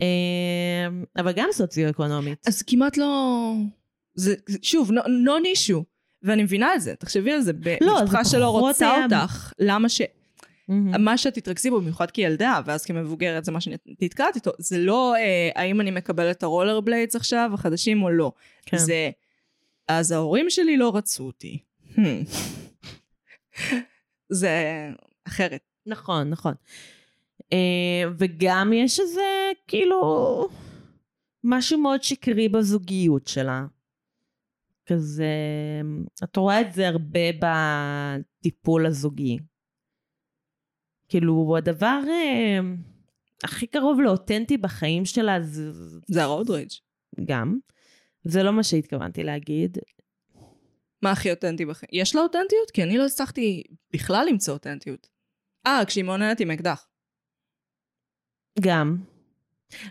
[SPEAKER 1] אמ, אבל גם סוציו-אקונומית.
[SPEAKER 2] אז כמעט לא... זה, זה- שוב, נון אישו. ואני מבינה את זה, תחשבי על זה. במשפחה
[SPEAKER 1] זה
[SPEAKER 2] שלא
[SPEAKER 1] לא, פחות אה,
[SPEAKER 2] רוצה
[SPEAKER 1] היה-
[SPEAKER 2] אותך, למה ש...
[SPEAKER 1] מהמם.
[SPEAKER 2] מה שאת תתרכזי בו, במיוחד כילדה, ואז כמבוגרת זה מה שנתקעת איתו, זה לא אה, האם אני מקבלת את הרולר בליידס עכשיו, החדשים או לא.
[SPEAKER 1] כן.
[SPEAKER 2] זה, אז ההורים שלי לא רצו אותי. זה אחרת.
[SPEAKER 1] נכון, נכון. אה, וגם יש איזה, כאילו, משהו מאוד שקרי בזוגיות שלה. כזה, את רואה את זה הרבה בטיפול הזוגי. כאילו, הוא הדבר אה, הכי קרוב לאותנטי בחיים שלה זה...
[SPEAKER 2] זה הרוד רייג'.
[SPEAKER 1] גם. זה לא מה שהתכוונתי להגיד.
[SPEAKER 2] מה הכי אותנטי בחיים? יש לה אותנטיות? כי אני לא הצלחתי בכלל למצוא אותנטיות. אה, כשהיא מעוננת עם אקדח.
[SPEAKER 1] גם.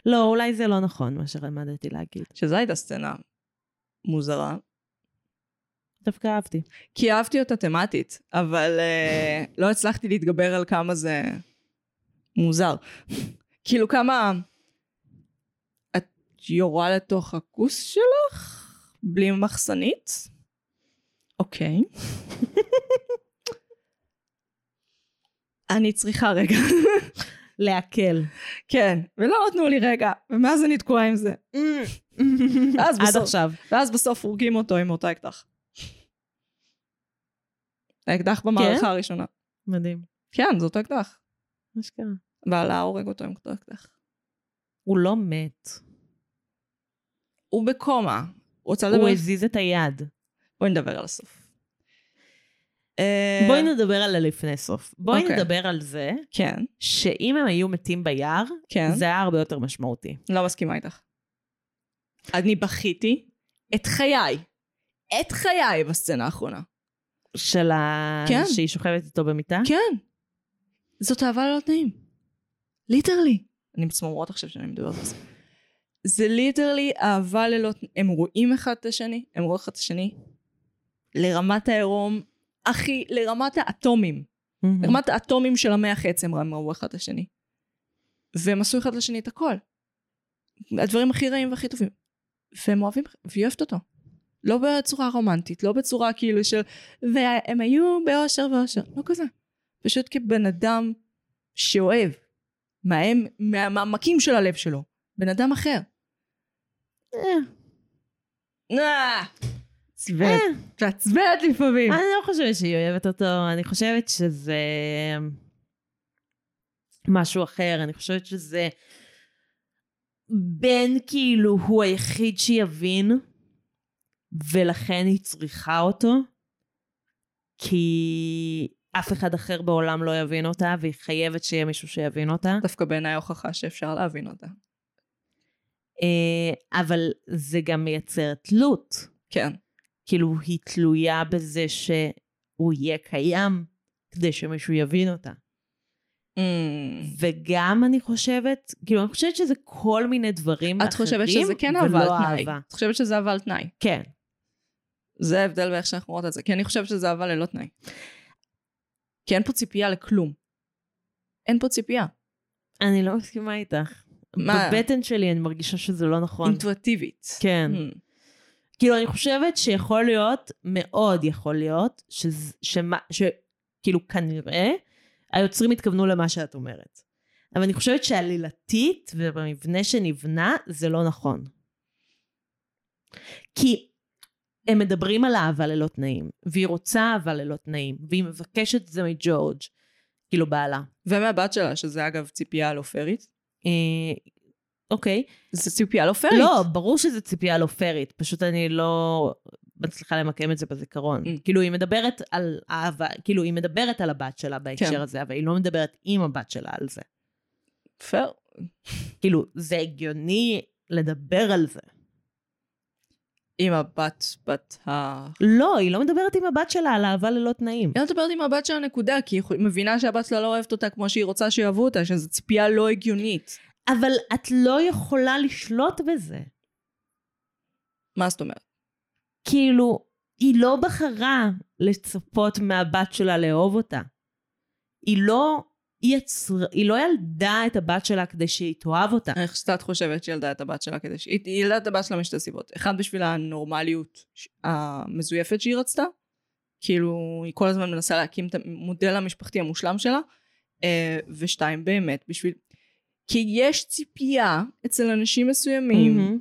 [SPEAKER 1] לא, אולי זה לא נכון מה שרמדתי להגיד.
[SPEAKER 2] שזו הייתה סצנה מוזרה.
[SPEAKER 1] דווקא אהבתי.
[SPEAKER 2] כי אהבתי אותה תמטית, אבל אה, לא הצלחתי להתגבר על כמה זה מוזר. כאילו כמה... את יורה לתוך הכוס שלך? בלי מחסנית? אוקיי. אני צריכה רגע.
[SPEAKER 1] להקל.
[SPEAKER 2] כן. ולא נתנו לי רגע, ומאז אני תקועה עם זה. אז
[SPEAKER 1] Mm. עד
[SPEAKER 2] בסוף.
[SPEAKER 1] עכשיו.
[SPEAKER 2] ואז בסוף הורגים אותו עם אותו אקדח. האקדח במערכה
[SPEAKER 1] כן?
[SPEAKER 2] הראשונה.
[SPEAKER 1] מדהים.
[SPEAKER 2] כן, זה אותו אקדח.
[SPEAKER 1] מה שקרה.
[SPEAKER 2] בעלה הורג אותו עם אותו אקדח.
[SPEAKER 1] הוא לא מת.
[SPEAKER 2] הוא בקומה. רוצה לדבר?
[SPEAKER 1] הוא הזיז את היד.
[SPEAKER 2] בואי נדבר על הסוף. אה,
[SPEAKER 1] בואי נדבר על הלפני סוף. בואי
[SPEAKER 2] אוקיי.
[SPEAKER 1] נדבר על זה
[SPEAKER 2] כן,
[SPEAKER 1] שאם הם היו מתים ביער,
[SPEAKER 2] כן.
[SPEAKER 1] זה היה הרבה יותר משמעותי.
[SPEAKER 2] לא מסכימה איתך. אני בכיתי את חיי. את חיי בסצנה האחרונה.
[SPEAKER 1] של ה...
[SPEAKER 2] כן.
[SPEAKER 1] שהיא שוכבת איתו במיטה?
[SPEAKER 2] כן. זאת אהבה ללא תנאים. ליטרלי. אני מצמרמרות עכשיו שאני מדברת על זה. זה ליטרלי אהבה ללא תנאים. הם רואים אחד את השני, הם רואים אחד את השני לרמת העירום, הכי, לרמת האטומים.
[SPEAKER 1] מהמם.
[SPEAKER 2] לרמת האטומים של המח עצם הם ראו אחד את השני. והם עשו אחד לשני את הכל. הדברים הכי רעים והכי טובים. והם אוהבים, והיא אוהבת אותו. לא בצורה רומנטית, לא בצורה כאילו של... והם היו באושר ואושר, לא כזה. פשוט כבן אדם שאוהב. מהם, מהמעמקים של הלב שלו. בן אדם אחר. אה,
[SPEAKER 1] אה,
[SPEAKER 2] עצבנת, מעצבנת לפעמים.
[SPEAKER 1] אני לא חושבת שהיא אוהבת אותו, אני חושבת שזה משהו אחר, אני חושבת שזה בן כאילו הוא היחיד שיבין, ולכן היא צריכה אותו, כי אף אחד אחר בעולם לא יבין אותה, והיא חייבת שיהיה מישהו שיבין אותה.
[SPEAKER 2] דווקא בעיניי הוכחה שאפשר להבין אותה.
[SPEAKER 1] אה, אבל זה גם מייצר תלות.
[SPEAKER 2] כן.
[SPEAKER 1] כאילו היא תלויה בזה שהוא יהיה קיים כדי שמישהו יבין אותה.
[SPEAKER 2] Mm.
[SPEAKER 1] וגם אני חושבת, כאילו אני חושבת שזה כל מיני דברים
[SPEAKER 2] את חושבת שזה כן
[SPEAKER 1] ולא
[SPEAKER 2] אהבה על תנאי.
[SPEAKER 1] אהבה.
[SPEAKER 2] את חושבת שזה אהבה על תנאי.
[SPEAKER 1] כן.
[SPEAKER 2] זה ההבדל באיך שאנחנו רואות את זה. כי אני חושבת שזה אהבה ללא תנאי. כי אין פה ציפייה לכלום. אין פה ציפייה.
[SPEAKER 1] אני לא מסכימה איתך.
[SPEAKER 2] מה?
[SPEAKER 1] בבטן שלי אני מרגישה שזה לא נכון.
[SPEAKER 2] אינטואטיבית.
[SPEAKER 1] כן.
[SPEAKER 2] Mm.
[SPEAKER 1] כאילו אני חושבת שיכול להיות, מאוד יכול להיות, שז- שמה- שכאילו כנראה היוצרים התכוונו למה שאת אומרת. אבל אני חושבת שעלילתית ובמבנה שנבנה זה לא נכון. כי הם מדברים על אהבה ללא תנאים, והיא רוצה אהבה ללא תנאים, והיא מבקשת את זה מג'ורג', כאילו בעלה.
[SPEAKER 2] ומהבת שלה, שזה אגב ציפייה לא פיירית.
[SPEAKER 1] אה, אוקיי.
[SPEAKER 2] זה ציפייה לא פיירית.
[SPEAKER 1] לא, ברור שזו ציפייה לא פיירית, פשוט אני לא מצליחה למקם את זה בזיכרון.
[SPEAKER 2] Mm.
[SPEAKER 1] כאילו, היא מדברת על אהבה, כאילו, היא מדברת על הבת שלה בהקשר
[SPEAKER 2] כן.
[SPEAKER 1] הזה, אבל היא לא מדברת עם הבת שלה על זה.
[SPEAKER 2] פייר.
[SPEAKER 1] כאילו, זה הגיוני לדבר על זה.
[SPEAKER 2] עם הבת, בת ה...
[SPEAKER 1] לא, היא לא מדברת עם הבת שלה על אהבה ללא תנאים.
[SPEAKER 2] היא לא מדברת עם הבת שלה נקודה, כי היא מבינה שהבת שלה לא אוהבת אותה כמו שהיא רוצה שיאהבו אותה, שזו ציפייה לא הגיונית.
[SPEAKER 1] אבל את לא יכולה לשלוט בזה.
[SPEAKER 2] מה זאת אומרת?
[SPEAKER 1] כאילו, היא לא בחרה לצפות מהבת שלה לאהוב אותה. היא לא, היא, יצר, היא לא ילדה את הבת שלה כדי שהיא תאהב אותה.
[SPEAKER 2] איך שאת חושבת שהיא ילדה את הבת שלה כדי ש... היא היא ילדה את הבת שלה משתי סיבות. אחד בשביל הנורמליות ש- המזויפת שהיא רצתה, כאילו היא כל הזמן מנסה להקים את המודל המשפחתי המושלם שלה, אה, ושתיים באמת בשביל... כי יש ציפייה אצל אנשים מסוימים,
[SPEAKER 1] מהמם.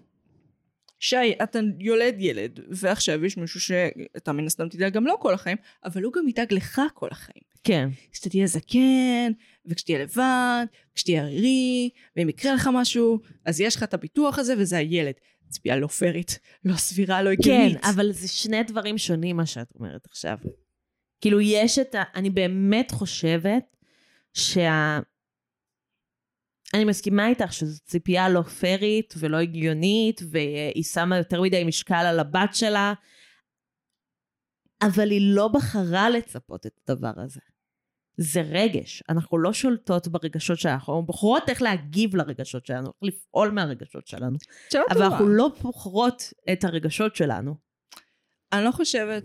[SPEAKER 2] שאתה יולד לא ילד, ועכשיו יש מישהו שאתה מן הסתם תדאג גם לו כל החיים, אבל הוא גם ידאג לך כל החיים.
[SPEAKER 1] כן.
[SPEAKER 2] כשאתה תהיה זקן, וכשתהיה לבד, וכשתהיה ערירי, ואם יקרה לך משהו, אז יש לך את הביטוח הזה, וזה הילד. צפייה לא פיירית, לא סבירה, לא
[SPEAKER 1] כן,
[SPEAKER 2] הגיונית.
[SPEAKER 1] אבל זה שני דברים שונים מה שאת אומרת עכשיו. כאילו יש את ה... אני באמת חושבת שה... אני מסכימה איתך שזו ציפייה לא פיירית ולא הגיונית, והיא שמה יותר מדי משקל על הבת שלה, אבל היא לא בחרה לצפות את הדבר הזה. זה רגש. אנחנו לא שולטות ברגשות שלנו, אנחנו בוחרות איך להגיב לרגשות שלנו, איך לפעול מהרגשות שלנו.
[SPEAKER 2] שאלה
[SPEAKER 1] אבל
[SPEAKER 2] טובה.
[SPEAKER 1] אנחנו לא בוחרות את הרגשות שלנו.
[SPEAKER 2] אני לא חושבת...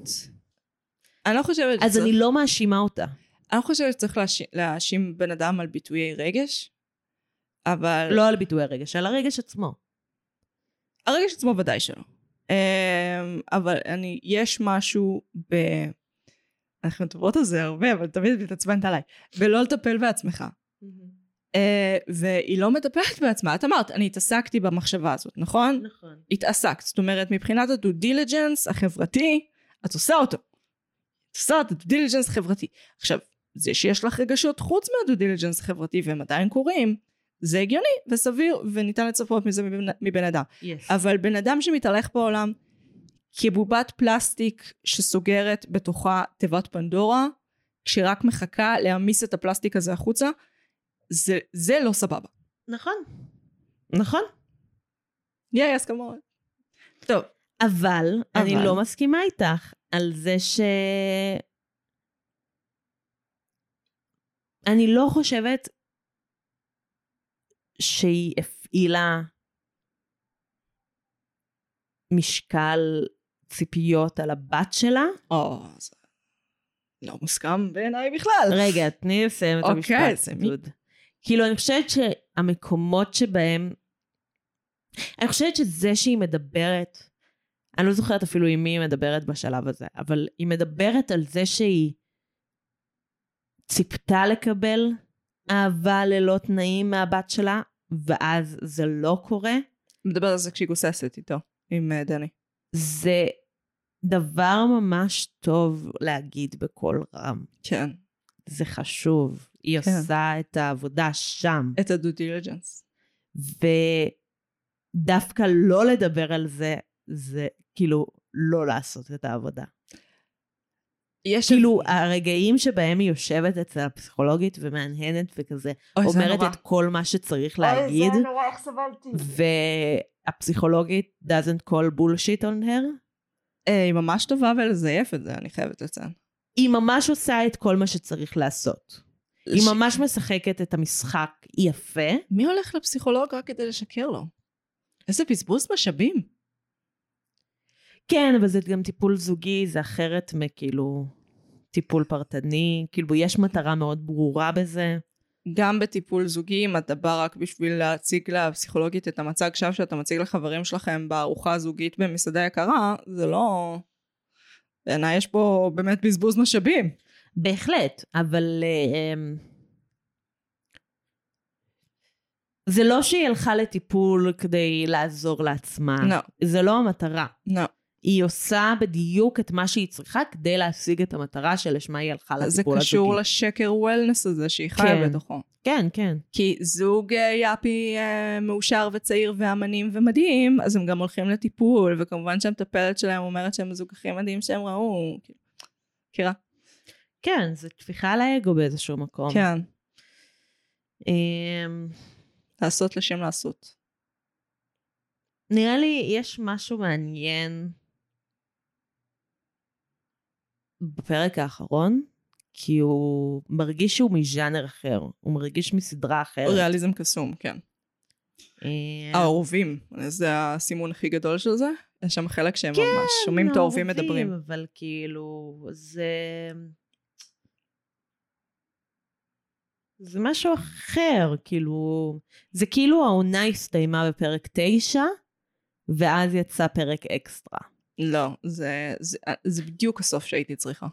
[SPEAKER 2] אני לא חושבת...
[SPEAKER 1] אז
[SPEAKER 2] שצריך-
[SPEAKER 1] אני לא מאשימה אותה.
[SPEAKER 2] אני לא חושבת שצריך להאשים- להאשים בן אדם על ביטויי רגש, אבל...
[SPEAKER 1] לא על ביטוי הרגש, על הרגש עצמו.
[SPEAKER 2] הרגש עצמו ודאי שלא. אמ, אבל אני, יש משהו ב... אנחנו מדברות על זה הרבה, אבל תמיד מתעצבנת עליי. ולא לטפל בעצמך. אה, והיא לא מטפלת בעצמה. את אמרת, אני התעסקתי במחשבה הזאת, נכון?
[SPEAKER 1] נכון.
[SPEAKER 2] התעסקת. זאת אומרת, מבחינת הדו דיליג'נס החברתי, את עושה אותו. את עושה את הדו דיליג'נס החברתי. עכשיו, זה שיש לך רגשות חוץ מהדו דיליג'נס החברתי והם עדיין קורים, זה הגיוני וסביר וניתן לצפות מזה מבן, מבן אדם. אבל בן אדם שמתהלך בעולם כבובת פלסטיק שסוגרת בתוכה תיבת פנדורה, שרק מחכה להעמיס את הפלסטיק הזה החוצה, זה, זה לא סבבה.
[SPEAKER 1] נכון. נכון.
[SPEAKER 2] יהיה הסכמות. טוב,
[SPEAKER 1] אבל אני
[SPEAKER 2] אבל.
[SPEAKER 1] לא מסכימה איתך על זה ש... אני לא חושבת שהיא הפעילה משקל ציפיות על הבת שלה.
[SPEAKER 2] או, זה לא מוסכם בעיניי בכלל.
[SPEAKER 1] רגע, תני לסיים את
[SPEAKER 2] אוקיי,
[SPEAKER 1] המשפט.
[SPEAKER 2] סיימי.
[SPEAKER 1] דוד. כאילו, אני חושבת שהמקומות שבהם... אני חושבת שזה שהיא מדברת, אני לא זוכרת אפילו עם מי היא מדברת בשלב הזה, אבל היא מדברת על זה שהיא ציפתה לקבל אהבה ללא תנאים מהבת שלה, ואז זה לא קורה.
[SPEAKER 2] מדבר על זה כשהיא גוססת איתו, עם אה, דני.
[SPEAKER 1] זה דבר ממש טוב להגיד בקול רם.
[SPEAKER 2] כן.
[SPEAKER 1] זה חשוב. היא
[SPEAKER 2] כן.
[SPEAKER 1] עושה את העבודה שם.
[SPEAKER 2] את הדו דיליג'נס.
[SPEAKER 1] ודווקא לא לדבר על זה, זה כאילו לא לעשות את העבודה.
[SPEAKER 2] יש
[SPEAKER 1] כאילו, הרגעים שבהם היא יושבת אצל הפסיכולוגית ומהנהנת וכזה,
[SPEAKER 2] אוי, זה
[SPEAKER 1] אומרת
[SPEAKER 2] נורא.
[SPEAKER 1] את כל מה שצריך להגיד. אוי, זה נורא, איך סבלתי. והפסיכולוגית doesn't call bullshit on her.
[SPEAKER 2] אה, היא ממש טובה ולזייף את זה, אני חייבת לציין.
[SPEAKER 1] היא ממש עושה את כל מה שצריך לעשות. היא
[SPEAKER 2] ש-
[SPEAKER 1] ממש משחקת את המשחק יפה.
[SPEAKER 2] מי הולך לפסיכולוג רק כדי לשקר לו? איזה בזבוז משאבים.
[SPEAKER 1] כן, אבל זה גם טיפול זוגי, זה אחרת מכאילו טיפול פרטני, כאילו יש מטרה מאוד ברורה בזה.
[SPEAKER 2] גם בטיפול זוגי, אם אתה בא רק בשביל להציג לפסיכולוגית את המצג שווא שאתה מציג לחברים שלכם בארוחה הזוגית במסעדה יקרה, זה לא... בעיניי יש פה באמת בזבוז משאבים.
[SPEAKER 1] בהחלט, אבל... אה, אמ, זה לא שהיא הלכה לטיפול כדי לעזור לעצמה.
[SPEAKER 2] לא.
[SPEAKER 1] זה לא המטרה.
[SPEAKER 2] לא.
[SPEAKER 1] היא עושה בדיוק את מה שהיא צריכה כדי להשיג את המטרה שלשמה היא הלכה לטיפול
[SPEAKER 2] זה
[SPEAKER 1] הזוגי.
[SPEAKER 2] קשור לשקר וולנס הזה שהיא חיה
[SPEAKER 1] כן.
[SPEAKER 2] בתוכו.
[SPEAKER 1] כן, כן.
[SPEAKER 2] כי זוג אה, יאפי אה, מאושר וצעיר ואמנים ומדהים, אז הם גם הולכים לטיפול, וכמובן שהמטפלת שלהם אומרת שהם הזוג הכי מדהים שהם ראו. כאילו, מכירה?
[SPEAKER 1] כן, זה טפיחה על האגו באיזשהו מקום.
[SPEAKER 2] כן.
[SPEAKER 1] אמ,
[SPEAKER 2] לעשות לשם לעשות.
[SPEAKER 1] נראה לי יש משהו מעניין בפרק האחרון, כי הוא מרגיש שהוא מז'אנר אחר, הוא מרגיש מסדרה אחרת.
[SPEAKER 2] ריאליזם קסום, כן.
[SPEAKER 1] אה,
[SPEAKER 2] העורבים, זה הסימון הכי גדול של זה. יש שם חלק שהם
[SPEAKER 1] כן,
[SPEAKER 2] ממש שומעים את העורבים
[SPEAKER 1] אהובים,
[SPEAKER 2] מדברים.
[SPEAKER 1] אבל כאילו, זה... זה משהו אחר, כאילו... זה כאילו העונה הסתיימה בפרק 9, ואז יצא פרק אקסטרה.
[SPEAKER 2] לא, זה, זה, זה בדיוק הסוף שהייתי צריכה.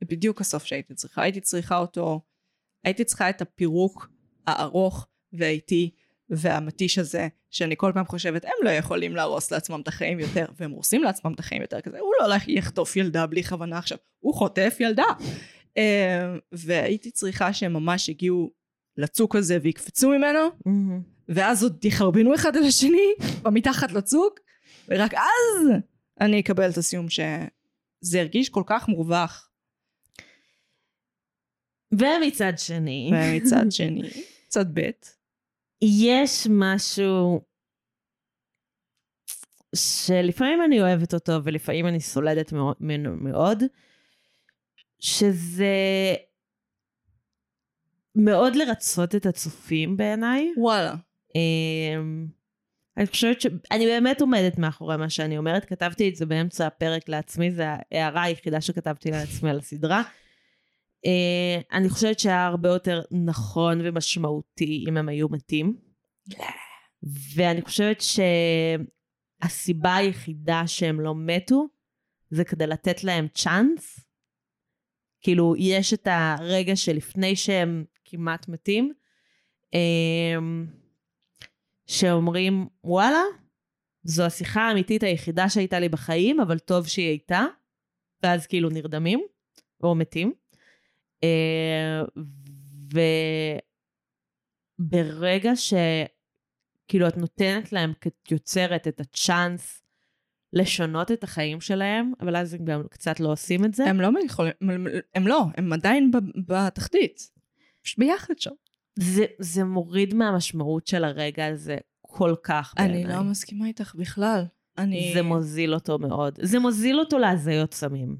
[SPEAKER 2] זה בדיוק הסוף שהייתי צריכה. הייתי צריכה אותו, הייתי צריכה את הפירוק הארוך והאיטי והמתיש הזה, שאני כל פעם חושבת, הם לא יכולים להרוס לעצמם את החיים יותר, והם הורסים לעצמם את החיים יותר כזה. הוא לא הולך יחטוף ילדה בלי כוונה עכשיו, הוא חוטף ילדה. אה, והייתי צריכה שהם ממש יגיעו לצוק הזה ויקפצו ממנו,
[SPEAKER 1] מהמם.
[SPEAKER 2] ואז עוד יחרבנו אחד על השני, במתחת לצוק, ורק אז אני אקבל את הסיום ש... זה הרגיש כל כך מורווח.
[SPEAKER 1] ומצד שני,
[SPEAKER 2] ומצד שני, צד ב',
[SPEAKER 1] יש משהו שלפעמים אני אוהבת אותו ולפעמים אני סולדת מאו- ממנו מאוד, שזה מאוד לרצות את הצופים בעיניי.
[SPEAKER 2] וואלה.
[SPEAKER 1] אמ, אני חושבת ש... אני באמת עומדת מאחורי מה שאני אומרת. כתבתי את זה באמצע הפרק לעצמי, זו ההערה היחידה שכתבתי לעצמי על הסדרה. אה, אני חושבת שהיה הרבה יותר נכון ומשמעותי אם הם היו מתים. ואני חושבת שהסיבה היחידה שהם לא מתו זה כדי לתת להם צ'אנס. כאילו, יש את הרגע שלפני שהם כמעט מתים, אמ, שאומרים, וואלה, זו השיחה האמיתית היחידה שהייתה לי בחיים, אבל טוב שהיא הייתה, ואז כאילו נרדמים, או מתים. אה, וברגע שכאילו את נותנת להם כיוצרת את הצ'אנס לשנות את החיים שלהם, אבל אז הם גם קצת לא עושים את זה.
[SPEAKER 2] הם לא יכולים, הם- הם לא, הם עדיין ב- בתחתית. כן, פשוט ביחד שם.
[SPEAKER 1] זה, זה מוריד מהמשמעות של הרגע הזה כל כך בעיניי.
[SPEAKER 2] אני לא מסכימה איתך בכלל. אני...
[SPEAKER 1] זה מוזיל אותו מאוד. זה מוזיל אותו להזיות סמים.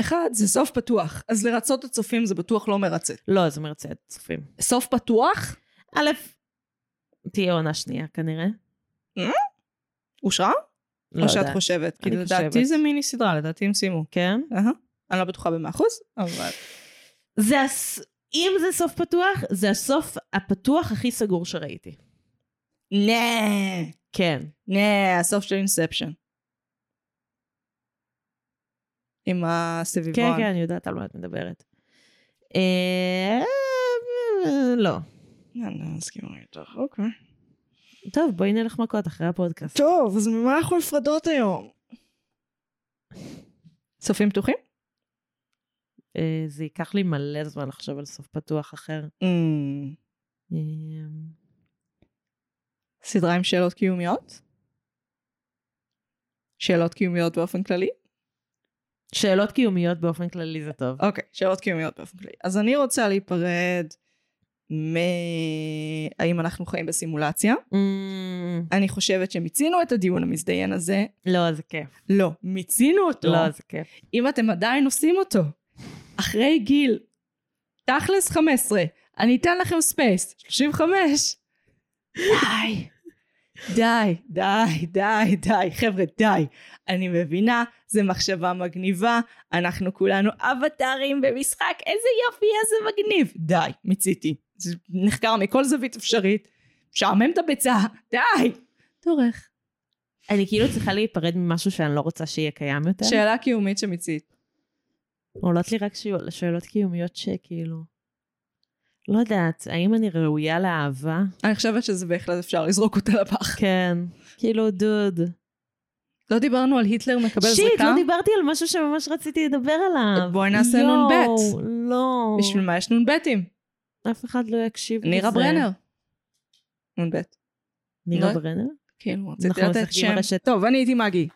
[SPEAKER 2] אחד, זה סוף פתוח. אז לרצות את הצופים זה בטוח לא מרצה.
[SPEAKER 1] לא, זה מרצה את הצופים.
[SPEAKER 2] סוף פתוח?
[SPEAKER 1] א', תהיה עונה שנייה כנראה.
[SPEAKER 2] אושרה?
[SPEAKER 1] לא
[SPEAKER 2] או שאת
[SPEAKER 1] יודעת.
[SPEAKER 2] חושבת? כי
[SPEAKER 1] אני
[SPEAKER 2] לדעתי
[SPEAKER 1] חושבת.
[SPEAKER 2] זה מיני סדרה, לדעתי הם סיימו.
[SPEAKER 1] כן?
[SPEAKER 2] אהה. אני לא בטוחה במאה אחוז, אבל...
[SPEAKER 1] זה הס... אם זה סוף פתוח, זה הסוף הפתוח הכי סגור שראיתי.
[SPEAKER 2] נה!
[SPEAKER 1] כן.
[SPEAKER 2] נה, הסוף של אינספשן. עם הסביבון.
[SPEAKER 1] כן, כן, אני יודעת על מה את מדברת. אה, לא.
[SPEAKER 2] אני לא מסכימה איתך, אוקיי.
[SPEAKER 1] טוב, בואי נלך מכות אחרי הפודקאסט.
[SPEAKER 2] טוב, אז ממה אנחנו נפרדות היום? סופים פתוחים?
[SPEAKER 1] אה, זה ייקח לי מלא זמן לחשוב על סוף פתוח אחר.
[SPEAKER 2] Mm.
[SPEAKER 1] אה,
[SPEAKER 2] סדרה עם שאלות קיומיות? שאלות קיומיות באופן כללי?
[SPEAKER 1] שאלות קיומיות באופן כללי זה טוב.
[SPEAKER 2] אוקיי, שאלות קיומיות באופן כללי. אז אני רוצה להיפרד מ... האם אנחנו חיים בסימולציה?
[SPEAKER 1] Mm,
[SPEAKER 2] אני חושבת שמיצינו את הדיון המזדיין הזה.
[SPEAKER 1] לא, זה כיף.
[SPEAKER 2] לא, מיצינו אותו.
[SPEAKER 1] לא, זה כיף.
[SPEAKER 2] אם אתם עדיין עושים אותו, אחרי גיל, תכלס 15, אני אתן לכם ספייס, 35. די. די, די, די, די, חבר'ה, די. אני מבינה, זו מחשבה מגניבה, אנחנו כולנו אבטארים במשחק, איזה יופי, איזה מגניב. די, מיציתי. זה נחקר מכל זווית אפשרית. משעמם את הביצה, די. תורך.
[SPEAKER 1] אני כאילו צריכה להיפרד ממשהו שאני לא רוצה שיהיה קיים יותר.
[SPEAKER 2] שאלה קיומית שמיצית.
[SPEAKER 1] עולות לי רק שאל- שאלות קיומיות שכאילו... לא יודעת, האם אני ראויה לאהבה?
[SPEAKER 2] אני חושבת שזה בהחלט אפשר לזרוק אותה לפח.
[SPEAKER 1] כן. כאילו, דוד.
[SPEAKER 2] לא דיברנו על היטלר מקבל
[SPEAKER 1] שיט,
[SPEAKER 2] זריקה?
[SPEAKER 1] לא דיברתי על משהו שממש רציתי לדבר עליו.
[SPEAKER 2] בואי נעשה
[SPEAKER 1] יואו,
[SPEAKER 2] נ"ב.
[SPEAKER 1] לא.
[SPEAKER 2] בשביל מה יש נ"בטים?
[SPEAKER 1] אף אחד לא יקשיב לזה.
[SPEAKER 2] נירה ברנר. נ"ב.
[SPEAKER 1] נירה
[SPEAKER 2] לא.
[SPEAKER 1] ברנר?
[SPEAKER 2] כאילו, רציתי
[SPEAKER 1] אנחנו
[SPEAKER 2] לתת
[SPEAKER 1] משחקים
[SPEAKER 2] שם.
[SPEAKER 1] ברשת.
[SPEAKER 2] טוב, אני הייתי מגי.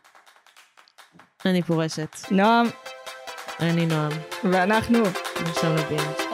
[SPEAKER 1] אני פורשת.
[SPEAKER 2] נועם,
[SPEAKER 1] אני נועם.
[SPEAKER 2] ואנחנו
[SPEAKER 1] נרשם לבינג'.